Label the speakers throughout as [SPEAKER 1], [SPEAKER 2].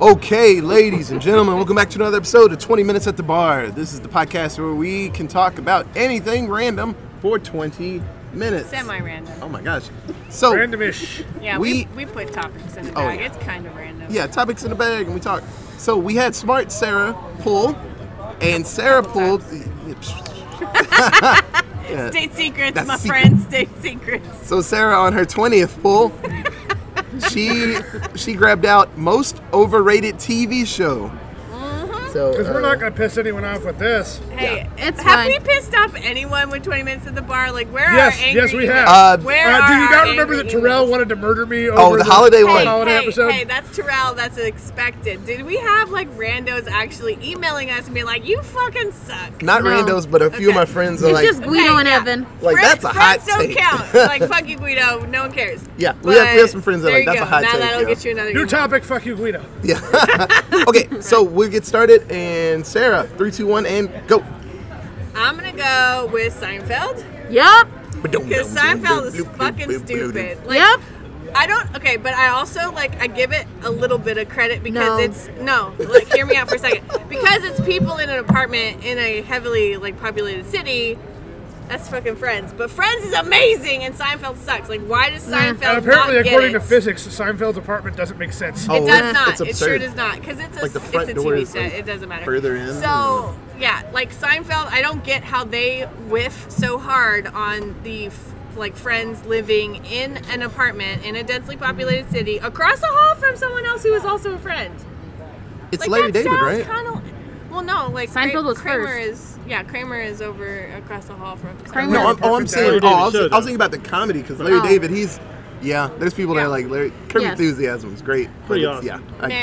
[SPEAKER 1] Okay, ladies and gentlemen, welcome back to another episode of 20 Minutes at the Bar. This is the podcast where we can talk about anything random for 20 minutes. Oh
[SPEAKER 2] Semi-random.
[SPEAKER 1] my gosh. So,
[SPEAKER 3] Randomish.
[SPEAKER 2] Yeah,
[SPEAKER 1] We-
[SPEAKER 2] we, we, put topics in the
[SPEAKER 1] Oh,
[SPEAKER 2] bag.
[SPEAKER 1] yeah.
[SPEAKER 2] It's kind of random.
[SPEAKER 1] yeah, topics in the bag and we talk. So, we had smart Sarah pull, and Sarah pulled. Yeah.
[SPEAKER 2] State secrets,
[SPEAKER 1] That's
[SPEAKER 2] my
[SPEAKER 1] secret.
[SPEAKER 2] friends. State secrets.
[SPEAKER 1] So, Sarah on her 20th pull, she she grabbed out most overrated TV show.
[SPEAKER 4] Mm-hmm.
[SPEAKER 1] So,
[SPEAKER 3] Because
[SPEAKER 1] uh,
[SPEAKER 3] we're not going to piss anyone off with this.
[SPEAKER 2] Hey,
[SPEAKER 4] It's
[SPEAKER 2] have
[SPEAKER 4] fun.
[SPEAKER 2] we pissed off anyone with 20 minutes at the bar? Like, where
[SPEAKER 3] Yes,
[SPEAKER 2] are angry
[SPEAKER 3] yes, we have.
[SPEAKER 1] Uh,
[SPEAKER 2] Where
[SPEAKER 3] Uh,
[SPEAKER 2] are
[SPEAKER 3] do you
[SPEAKER 2] our
[SPEAKER 3] not remember
[SPEAKER 2] angry
[SPEAKER 3] that Terrell
[SPEAKER 2] emails?
[SPEAKER 3] wanted to murder me? Over
[SPEAKER 1] Oh, the holiday
[SPEAKER 2] Hey,
[SPEAKER 1] one.
[SPEAKER 3] the holiday
[SPEAKER 2] hey,
[SPEAKER 3] episode.
[SPEAKER 2] hey, that's Terrell. That's expected. Did we have like randos actually emailing us and being like, "You fucking suck"?
[SPEAKER 1] not
[SPEAKER 4] No.
[SPEAKER 1] randos, but a few of
[SPEAKER 2] Okay.
[SPEAKER 1] my friends are
[SPEAKER 4] It's
[SPEAKER 1] like.
[SPEAKER 4] just Guido
[SPEAKER 2] Okay,
[SPEAKER 4] and
[SPEAKER 2] yeah.
[SPEAKER 4] Evan.
[SPEAKER 1] Like,
[SPEAKER 2] Friends-
[SPEAKER 1] that's a hot
[SPEAKER 2] friends don't
[SPEAKER 1] take.
[SPEAKER 2] count. like fuck you, Guido. No one cares.
[SPEAKER 1] Yeah, we have- we
[SPEAKER 2] But
[SPEAKER 1] have some friends that are
[SPEAKER 2] there
[SPEAKER 1] like,
[SPEAKER 2] you
[SPEAKER 1] that's a
[SPEAKER 2] go.
[SPEAKER 1] hot
[SPEAKER 2] now
[SPEAKER 1] take,
[SPEAKER 2] That'll
[SPEAKER 1] yeah.
[SPEAKER 2] get you another
[SPEAKER 3] New
[SPEAKER 2] email.
[SPEAKER 3] topic. Fuck you, Guido.
[SPEAKER 1] okay, so we'll get started. And Sarah, three, two, one, and go.
[SPEAKER 2] I'm gonna go with Seinfeld.
[SPEAKER 4] Yep.
[SPEAKER 2] Because Seinfeld is fucking stupid. Like,
[SPEAKER 4] Yep.
[SPEAKER 2] I don't. Okay, but I also like I give it a little bit of credit because
[SPEAKER 4] No.
[SPEAKER 2] it's no. Like, hear me out for a second. Because it's people in an apartment in a heavily like populated city. That's fucking Friends. But Friends is amazing, and Seinfeld sucks. Like, why does
[SPEAKER 4] Yeah.
[SPEAKER 2] Seinfeld?
[SPEAKER 3] And apparently,
[SPEAKER 2] not get
[SPEAKER 3] according
[SPEAKER 2] it?
[SPEAKER 3] to physics, Seinfeld's apartment doesn't make sense.
[SPEAKER 1] Oh.
[SPEAKER 2] It does not.
[SPEAKER 1] it's
[SPEAKER 2] it sure
[SPEAKER 1] absurd.
[SPEAKER 2] does not because it's a
[SPEAKER 1] Like, the
[SPEAKER 2] it's
[SPEAKER 1] front
[SPEAKER 2] a
[SPEAKER 1] door
[SPEAKER 2] TV
[SPEAKER 1] is,
[SPEAKER 2] set.
[SPEAKER 1] like,
[SPEAKER 2] it doesn't matter.
[SPEAKER 1] further in.
[SPEAKER 2] So yeah, like Seinfeld, I don't get how they whiff so hard on the f- like friends living in an apartment in a densely populated city across the hall from someone else who is also a friend.
[SPEAKER 1] It's
[SPEAKER 2] Like
[SPEAKER 1] Larry
[SPEAKER 2] that
[SPEAKER 1] David,
[SPEAKER 2] sounds
[SPEAKER 1] right?
[SPEAKER 2] Kinda, well, no, like Kra-
[SPEAKER 4] Seinfeld was
[SPEAKER 2] Kramer
[SPEAKER 4] first.
[SPEAKER 2] is yeah, Kramer is over across the hall from
[SPEAKER 4] Kramer-
[SPEAKER 1] no, I'm, oh, I'm
[SPEAKER 3] Perfect
[SPEAKER 1] saying.
[SPEAKER 3] Larry
[SPEAKER 1] Oh,
[SPEAKER 3] David
[SPEAKER 1] I was,
[SPEAKER 3] show,
[SPEAKER 1] I was
[SPEAKER 3] though.
[SPEAKER 1] thinking about the comedy because Larry
[SPEAKER 4] Oh.
[SPEAKER 1] David, he's. Yeah, there's people that
[SPEAKER 2] Yeah.
[SPEAKER 1] are like Larry. Kirby
[SPEAKER 4] Yes.
[SPEAKER 1] Enthusiasm is great. but
[SPEAKER 3] Pretty
[SPEAKER 1] it's-
[SPEAKER 3] awesome.
[SPEAKER 1] Yeah. I,
[SPEAKER 2] Nah.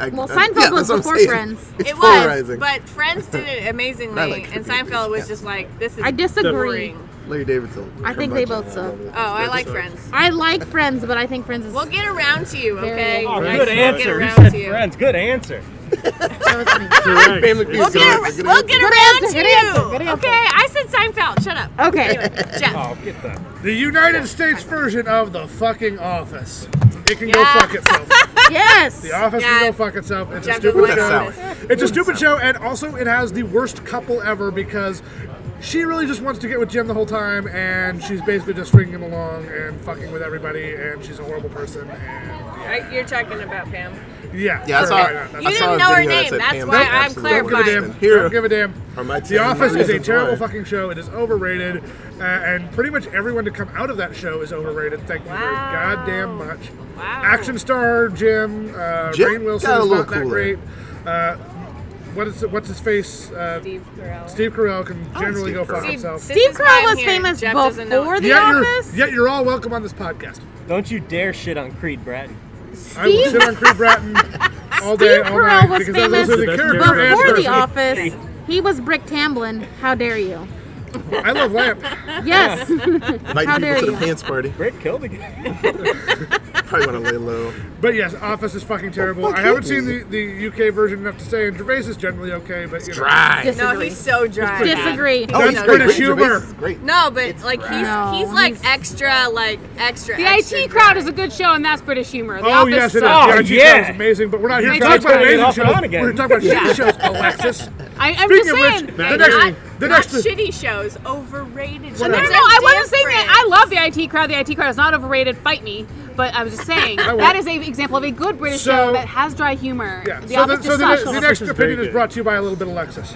[SPEAKER 1] I, I, I,
[SPEAKER 4] Well,
[SPEAKER 1] I-
[SPEAKER 4] Seinfeld
[SPEAKER 1] yeah,
[SPEAKER 4] was
[SPEAKER 1] that's what I'm
[SPEAKER 4] before
[SPEAKER 1] saying.
[SPEAKER 4] Friends.
[SPEAKER 1] It's
[SPEAKER 2] it was,
[SPEAKER 1] polarizing.
[SPEAKER 2] but Friends did it amazingly,
[SPEAKER 1] I like
[SPEAKER 2] and
[SPEAKER 1] Kramer and
[SPEAKER 2] Seinfeld was
[SPEAKER 1] Kramer,
[SPEAKER 2] just like this is
[SPEAKER 4] I disagree.
[SPEAKER 2] boring.
[SPEAKER 1] Larry David's. a
[SPEAKER 4] I think they
[SPEAKER 1] curmudgeon.
[SPEAKER 4] both suck.
[SPEAKER 2] Oh, I like Friends.
[SPEAKER 4] I like Friends, but I think Friends is.
[SPEAKER 2] We'll get around to you, okay?
[SPEAKER 4] Oh,
[SPEAKER 2] Guys,
[SPEAKER 5] Good
[SPEAKER 2] we'll
[SPEAKER 5] answer.
[SPEAKER 2] Get
[SPEAKER 5] He
[SPEAKER 2] around
[SPEAKER 5] said
[SPEAKER 2] to you.
[SPEAKER 5] friends. Good answer.
[SPEAKER 4] that was me.
[SPEAKER 3] Correct.
[SPEAKER 1] Family Feud
[SPEAKER 2] We'll
[SPEAKER 1] is
[SPEAKER 2] get,
[SPEAKER 1] good. It's a good
[SPEAKER 2] ar- we'll
[SPEAKER 1] answer.
[SPEAKER 2] get
[SPEAKER 4] Good
[SPEAKER 2] around
[SPEAKER 4] answer,
[SPEAKER 2] to
[SPEAKER 4] good answer, good
[SPEAKER 2] you.
[SPEAKER 4] answer.
[SPEAKER 2] Okay, I said Seinfeld. Shut up.
[SPEAKER 4] Okay.
[SPEAKER 2] Jeff.
[SPEAKER 5] Oh, get that.
[SPEAKER 3] The United States version of the fucking office. It can go
[SPEAKER 2] Yeah.
[SPEAKER 3] fuck itself.
[SPEAKER 4] yes.
[SPEAKER 3] The office
[SPEAKER 2] Yeah.
[SPEAKER 3] can go fuck itself. It's a
[SPEAKER 2] Jeff
[SPEAKER 3] stupid
[SPEAKER 2] doesn't
[SPEAKER 3] show.
[SPEAKER 2] like
[SPEAKER 3] It's a stupid show, and also it has the worst couple ever because she really just wants to get with Jim the whole time, and she's basically just stringing him along and fucking with everybody, and she's a horrible person. And
[SPEAKER 2] Right, you're talking about Pam.
[SPEAKER 3] yeah,
[SPEAKER 1] Yeah, I
[SPEAKER 3] sure,
[SPEAKER 1] saw.
[SPEAKER 3] why not?
[SPEAKER 1] I
[SPEAKER 2] You
[SPEAKER 1] saw
[SPEAKER 2] didn't
[SPEAKER 1] a
[SPEAKER 2] know her
[SPEAKER 1] video that
[SPEAKER 2] name,
[SPEAKER 1] said
[SPEAKER 2] that's
[SPEAKER 1] Pam
[SPEAKER 2] why
[SPEAKER 1] Duncan
[SPEAKER 2] I'm
[SPEAKER 1] absolutely don't
[SPEAKER 2] clarifying.
[SPEAKER 3] Don't give a damn.
[SPEAKER 1] understand. Here,
[SPEAKER 3] Don't give a damn.
[SPEAKER 1] Are my
[SPEAKER 3] The
[SPEAKER 1] ten
[SPEAKER 3] Office is a
[SPEAKER 1] reasons
[SPEAKER 3] terrible
[SPEAKER 1] why.
[SPEAKER 3] fucking show. It is overrated, uh, and pretty much everyone to come out of that show is overrated. Thank you very
[SPEAKER 2] Wow.
[SPEAKER 3] goddamn much.
[SPEAKER 4] Oh.
[SPEAKER 2] Wow.
[SPEAKER 3] Action star Jim, uh,
[SPEAKER 1] Jim
[SPEAKER 3] Rainn Wilson
[SPEAKER 1] got a
[SPEAKER 3] is
[SPEAKER 1] little
[SPEAKER 3] not that
[SPEAKER 1] cooler.
[SPEAKER 3] great. Uh, what is what's his face? Uh,
[SPEAKER 2] Steve Carell.
[SPEAKER 3] Steve Carell can generally
[SPEAKER 1] Steve
[SPEAKER 3] go fuck
[SPEAKER 1] Carell.
[SPEAKER 3] himself.
[SPEAKER 2] this
[SPEAKER 4] Oh, Steve
[SPEAKER 2] is
[SPEAKER 4] Carell
[SPEAKER 2] why I'm
[SPEAKER 4] was
[SPEAKER 2] here.
[SPEAKER 4] famous
[SPEAKER 2] Jeff doesn't know.
[SPEAKER 4] before The
[SPEAKER 3] yet
[SPEAKER 4] Office.
[SPEAKER 3] you're yet you're all welcome on this podcast.
[SPEAKER 5] Don't you dare shit on Creed Bratton.
[SPEAKER 3] I will
[SPEAKER 4] Steve-
[SPEAKER 3] sit on Creed Bratton all day,
[SPEAKER 4] Steve
[SPEAKER 3] all
[SPEAKER 4] Carell
[SPEAKER 3] night
[SPEAKER 4] was
[SPEAKER 3] because that
[SPEAKER 4] famous
[SPEAKER 3] was the character
[SPEAKER 4] before
[SPEAKER 3] actors.
[SPEAKER 4] The Office. He was Brick Tamblin. How dare you?
[SPEAKER 3] I love Lamp.
[SPEAKER 4] Yes.
[SPEAKER 1] Invite
[SPEAKER 4] How
[SPEAKER 1] people
[SPEAKER 4] dare
[SPEAKER 1] to the
[SPEAKER 4] you.
[SPEAKER 1] pants party.
[SPEAKER 5] Britt killed the guy.
[SPEAKER 1] Probably want to lay low.
[SPEAKER 3] But yes, Office is fucking terrible.
[SPEAKER 1] fuck
[SPEAKER 3] I haven't
[SPEAKER 1] you
[SPEAKER 3] seen the, the UK version enough to say, and Gervais is generally okay, but you know.
[SPEAKER 1] Dry.
[SPEAKER 2] No,
[SPEAKER 4] Disagree.
[SPEAKER 2] he's so dry.
[SPEAKER 4] Disagree.
[SPEAKER 1] Oh, he's great.
[SPEAKER 3] That's British
[SPEAKER 1] Ricky Gervais
[SPEAKER 3] humor.
[SPEAKER 1] is Great.
[SPEAKER 2] No, but like he's
[SPEAKER 4] No,
[SPEAKER 2] he's like
[SPEAKER 4] he's-
[SPEAKER 2] extra like extra.
[SPEAKER 6] The
[SPEAKER 2] extra
[SPEAKER 6] IT crowd
[SPEAKER 2] dry.
[SPEAKER 6] is a good show, and that's British humor. The
[SPEAKER 3] Oh
[SPEAKER 6] Office
[SPEAKER 3] yes, it is.
[SPEAKER 6] sucks.
[SPEAKER 5] Oh,
[SPEAKER 3] the IT
[SPEAKER 5] yeah.
[SPEAKER 3] crowd is amazing, but we're not here
[SPEAKER 6] They
[SPEAKER 3] to talk
[SPEAKER 6] talked
[SPEAKER 3] about
[SPEAKER 6] about it
[SPEAKER 3] amazing
[SPEAKER 5] off and
[SPEAKER 3] shows.
[SPEAKER 5] on again.
[SPEAKER 3] We're talking about shitty shows, Alexis.
[SPEAKER 6] I, I'm
[SPEAKER 3] Speaking
[SPEAKER 6] just
[SPEAKER 3] of
[SPEAKER 6] saying.
[SPEAKER 3] which,
[SPEAKER 2] Hey,
[SPEAKER 3] the next
[SPEAKER 2] not,
[SPEAKER 3] thing, the
[SPEAKER 2] not
[SPEAKER 3] next thing.
[SPEAKER 2] shitty shows, overrated.
[SPEAKER 6] no, no, no, I wasn't saying that. I love the IT crowd. The IT crowd is not overrated. Fight me. But I was just saying
[SPEAKER 3] won't.
[SPEAKER 6] that is an example of a good British
[SPEAKER 3] So-
[SPEAKER 6] show that has dry humor.
[SPEAKER 3] Yeah.
[SPEAKER 6] The
[SPEAKER 3] So
[SPEAKER 6] Office
[SPEAKER 3] the, so
[SPEAKER 6] just
[SPEAKER 3] the,
[SPEAKER 6] sucks.
[SPEAKER 3] next- the next
[SPEAKER 5] is very
[SPEAKER 3] opinion is
[SPEAKER 5] good.
[SPEAKER 3] brought to you by a little bit of Alexis.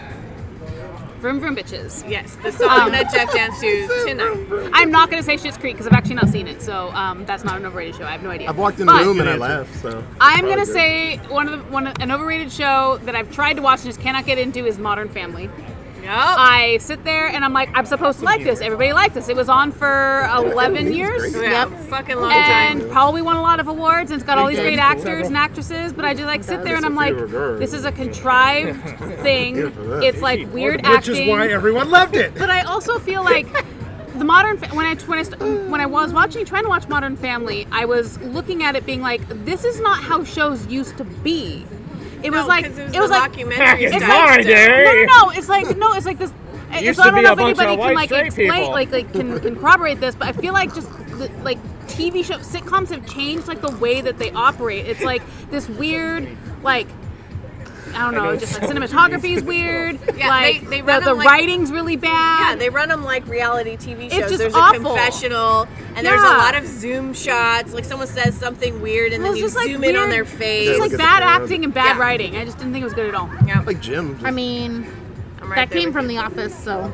[SPEAKER 6] vroom vroom bitches.
[SPEAKER 2] Yes, the song that Jeff danced to tonight.
[SPEAKER 6] I'm not going to say Shit's Creek because I've actually not seen it, so um, that's not an overrated show. I have no idea.
[SPEAKER 1] I've walked in the
[SPEAKER 6] But-
[SPEAKER 1] room and I
[SPEAKER 5] Good answer.
[SPEAKER 1] laughed. So
[SPEAKER 6] I'm gonna
[SPEAKER 1] Probably good.
[SPEAKER 6] say one of the, one of- an overrated show that I've tried to watch and just cannot get into is Modern Family.
[SPEAKER 2] Yup.
[SPEAKER 6] I sit there and I'm like, I'm supposed to like this. Everybody liked this. It was on for 11 years.
[SPEAKER 2] Yeah, fucking long time.
[SPEAKER 6] And probably won a lot of awards and it's got all these great actors and actresses, but I just like sit there and I'm like, this is a contrived thing. It's like weird
[SPEAKER 3] Which is why
[SPEAKER 6] acting.
[SPEAKER 3] everyone loved it.
[SPEAKER 6] But I also feel like the modern fa- when I when I, st- when I was watching trying to watch Modern Family, I was looking at it being like, this is not how shows used to be. It was
[SPEAKER 2] No,
[SPEAKER 6] like
[SPEAKER 2] 'cause it was
[SPEAKER 6] it was
[SPEAKER 2] the
[SPEAKER 6] like
[SPEAKER 2] documentary
[SPEAKER 6] it's
[SPEAKER 2] style
[SPEAKER 6] like-
[SPEAKER 2] stuff.
[SPEAKER 6] no, no, no. It's like no, it's like this. It
[SPEAKER 5] used
[SPEAKER 6] so
[SPEAKER 5] to
[SPEAKER 6] I don't
[SPEAKER 5] be
[SPEAKER 6] know
[SPEAKER 5] a
[SPEAKER 6] if
[SPEAKER 5] bunch of
[SPEAKER 6] anybody
[SPEAKER 5] white
[SPEAKER 6] can like
[SPEAKER 5] straight
[SPEAKER 6] explain,
[SPEAKER 5] people.
[SPEAKER 6] like, like can, can corroborate this, but I feel like just the- like TV show sitcoms have changed like the way that they operate. It's like this weird like I don't know, just like cinematography is weird.
[SPEAKER 2] Yeah,
[SPEAKER 6] like
[SPEAKER 2] they- they
[SPEAKER 6] the,
[SPEAKER 2] run
[SPEAKER 6] the
[SPEAKER 2] them like-
[SPEAKER 6] writing's really bad.
[SPEAKER 2] Yeah, they run them like reality TV shows.
[SPEAKER 6] Um, just
[SPEAKER 2] there's a
[SPEAKER 6] awful.
[SPEAKER 2] confessional, and there's a
[SPEAKER 6] Yeah.
[SPEAKER 2] lot of Zoom shots. Like someone says something weird, and
[SPEAKER 6] Well,
[SPEAKER 2] then
[SPEAKER 6] it's
[SPEAKER 2] you
[SPEAKER 6] just, like,
[SPEAKER 2] zoom in on
[SPEAKER 6] weird-
[SPEAKER 2] their
[SPEAKER 6] It's
[SPEAKER 2] face.
[SPEAKER 6] just like
[SPEAKER 1] Look at
[SPEAKER 6] bad
[SPEAKER 1] the crowd.
[SPEAKER 6] acting and bad
[SPEAKER 2] Yeah.
[SPEAKER 6] writing. I just didn't think it was good at all.
[SPEAKER 2] yeah,
[SPEAKER 1] Like Jim. Just,
[SPEAKER 4] I mean,
[SPEAKER 2] I'm right
[SPEAKER 4] that
[SPEAKER 2] there
[SPEAKER 4] came
[SPEAKER 2] with
[SPEAKER 4] from the office, so.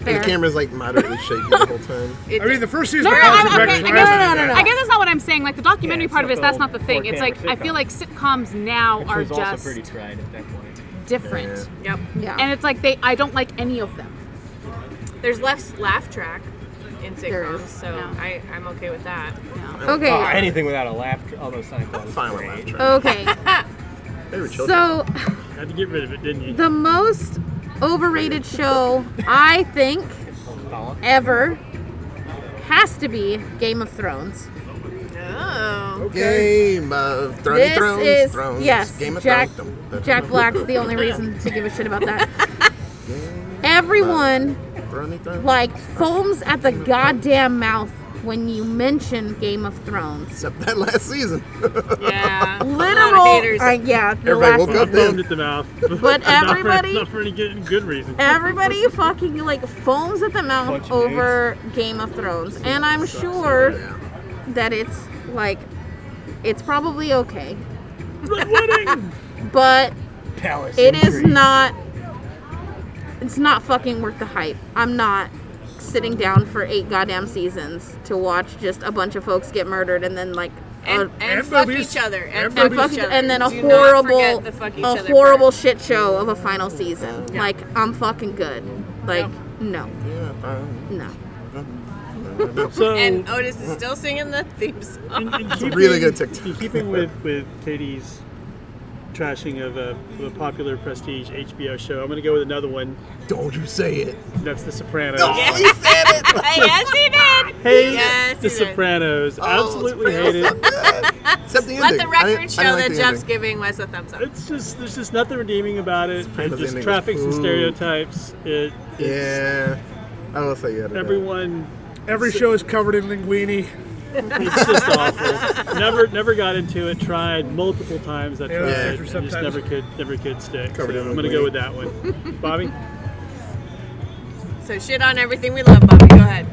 [SPEAKER 1] the
[SPEAKER 4] Fair.
[SPEAKER 1] camera's like moderately shaking the whole time.
[SPEAKER 2] you. It-
[SPEAKER 3] I mean, the first season
[SPEAKER 6] No,
[SPEAKER 3] of
[SPEAKER 6] no,
[SPEAKER 3] Parks and
[SPEAKER 6] no,
[SPEAKER 3] Rec
[SPEAKER 6] I'm- okay,
[SPEAKER 3] is
[SPEAKER 6] I
[SPEAKER 3] better
[SPEAKER 6] guess,
[SPEAKER 3] than
[SPEAKER 4] no, no, no.
[SPEAKER 6] I guess that's not what I'm saying. Like the documentary
[SPEAKER 5] Yeah, it's
[SPEAKER 6] part of
[SPEAKER 5] not
[SPEAKER 6] it is that's
[SPEAKER 5] the
[SPEAKER 6] not the thing. It's like I feel like sitcoms now
[SPEAKER 5] Which
[SPEAKER 6] are
[SPEAKER 5] was also
[SPEAKER 6] just
[SPEAKER 5] pretty fried at that point.
[SPEAKER 6] different,
[SPEAKER 2] Yep.
[SPEAKER 4] Yeah.
[SPEAKER 6] and it's like they I don't like any of them.
[SPEAKER 2] There's less laugh track in
[SPEAKER 4] There is,
[SPEAKER 2] sitcoms, so
[SPEAKER 6] yeah.
[SPEAKER 2] I, I'm okay with that.
[SPEAKER 4] okay.
[SPEAKER 5] Oh, anything without a laugh, tra- although Seinfeld was
[SPEAKER 1] Fine with
[SPEAKER 5] great.
[SPEAKER 1] laugh track.
[SPEAKER 4] okay.
[SPEAKER 1] They were children.
[SPEAKER 4] so,
[SPEAKER 7] Had to get rid of it, didn't you?
[SPEAKER 4] the most overrated show I think ever has to be Game of Thrones.
[SPEAKER 2] Oh.
[SPEAKER 1] Game of Throne
[SPEAKER 4] This
[SPEAKER 1] Thrones.
[SPEAKER 4] is-
[SPEAKER 1] Thrones.
[SPEAKER 4] yes,
[SPEAKER 1] Game of
[SPEAKER 4] Jack-
[SPEAKER 1] Thrones.
[SPEAKER 4] Jack Black's the only reason to give a shit about that. Everyone
[SPEAKER 1] Throne Thrones.
[SPEAKER 4] like foams at the goddamn mouth when you mention Game of Thrones.
[SPEAKER 1] Except that last season.
[SPEAKER 2] Yeah. A lot
[SPEAKER 4] Literal,
[SPEAKER 2] of haters.
[SPEAKER 4] uh, yeah. The
[SPEAKER 1] Everybody
[SPEAKER 4] last
[SPEAKER 1] woke up
[SPEAKER 4] one.
[SPEAKER 7] Foamed
[SPEAKER 1] then.
[SPEAKER 7] at the mouth.
[SPEAKER 4] But
[SPEAKER 7] not for,
[SPEAKER 4] everybody-
[SPEAKER 7] not for any good, good reason.
[SPEAKER 4] Everybody fucking like foams at the
[SPEAKER 5] Bunch
[SPEAKER 4] mouth
[SPEAKER 5] of
[SPEAKER 4] over Game of Thrones, and I'm sure that it's like it's probably okay,
[SPEAKER 7] The wedding.
[SPEAKER 4] but
[SPEAKER 5] Palace
[SPEAKER 4] it is
[SPEAKER 5] intrigue.
[SPEAKER 4] not. It's not fucking worth the hype. I'm not sitting down for eight goddamn seasons to watch just a bunch of folks get murdered and then like
[SPEAKER 2] and,
[SPEAKER 4] a,
[SPEAKER 2] and, fuck
[SPEAKER 3] movies.
[SPEAKER 2] each other.
[SPEAKER 3] And
[SPEAKER 2] fuck
[SPEAKER 4] and,
[SPEAKER 3] movies.
[SPEAKER 4] fuck
[SPEAKER 2] each
[SPEAKER 4] each-
[SPEAKER 2] other.
[SPEAKER 4] and then a
[SPEAKER 2] Do not
[SPEAKER 4] horrible
[SPEAKER 2] forget the fuck each
[SPEAKER 4] a
[SPEAKER 2] other
[SPEAKER 4] horrible
[SPEAKER 2] part.
[SPEAKER 4] shit show of a final season. Like I'm fucking good. Like no, no.
[SPEAKER 7] So,
[SPEAKER 2] And Otis is still singing the theme song.
[SPEAKER 7] in, in keeping,
[SPEAKER 1] uh, really good TikTok.
[SPEAKER 7] In keeping with, with Katie's trashing of a, of a popular prestige HBO show, I'm going to go with another one.
[SPEAKER 1] Don't you say it.
[SPEAKER 7] That's The Sopranos.
[SPEAKER 1] Oh, he said it.
[SPEAKER 2] yes, he did.
[SPEAKER 7] Hate
[SPEAKER 2] Yes,
[SPEAKER 7] The
[SPEAKER 2] he did.
[SPEAKER 7] Sopranos.
[SPEAKER 1] Oh,
[SPEAKER 7] Absolutely
[SPEAKER 1] Sopranos.
[SPEAKER 7] hate it.
[SPEAKER 1] Except the ending.
[SPEAKER 2] Let the
[SPEAKER 1] I didn't- I
[SPEAKER 2] record
[SPEAKER 1] didn't
[SPEAKER 2] show
[SPEAKER 1] like
[SPEAKER 2] that
[SPEAKER 1] the
[SPEAKER 2] Jeff's
[SPEAKER 1] ending.
[SPEAKER 2] giving Wes a thumbs up.
[SPEAKER 7] It's just there's just nothing redeeming about it.
[SPEAKER 1] Sopranos
[SPEAKER 7] It just
[SPEAKER 1] ending
[SPEAKER 7] traffics in
[SPEAKER 1] was-
[SPEAKER 7] stereotypes. It it's
[SPEAKER 1] Yeah. I will say yeah. to that.
[SPEAKER 7] everyone
[SPEAKER 3] Every show is covered in linguini.
[SPEAKER 7] it's just awful. Never never got into it. Tried multiple times. I
[SPEAKER 3] Yeah,
[SPEAKER 7] tried.
[SPEAKER 1] yeah,
[SPEAKER 7] it, just
[SPEAKER 3] sometimes.
[SPEAKER 7] never could never could stick. So
[SPEAKER 1] Covered in
[SPEAKER 7] I'm gonna
[SPEAKER 1] linguine.
[SPEAKER 7] go with that one. Bobby.
[SPEAKER 2] So shit on everything we love, Bobby. Go ahead.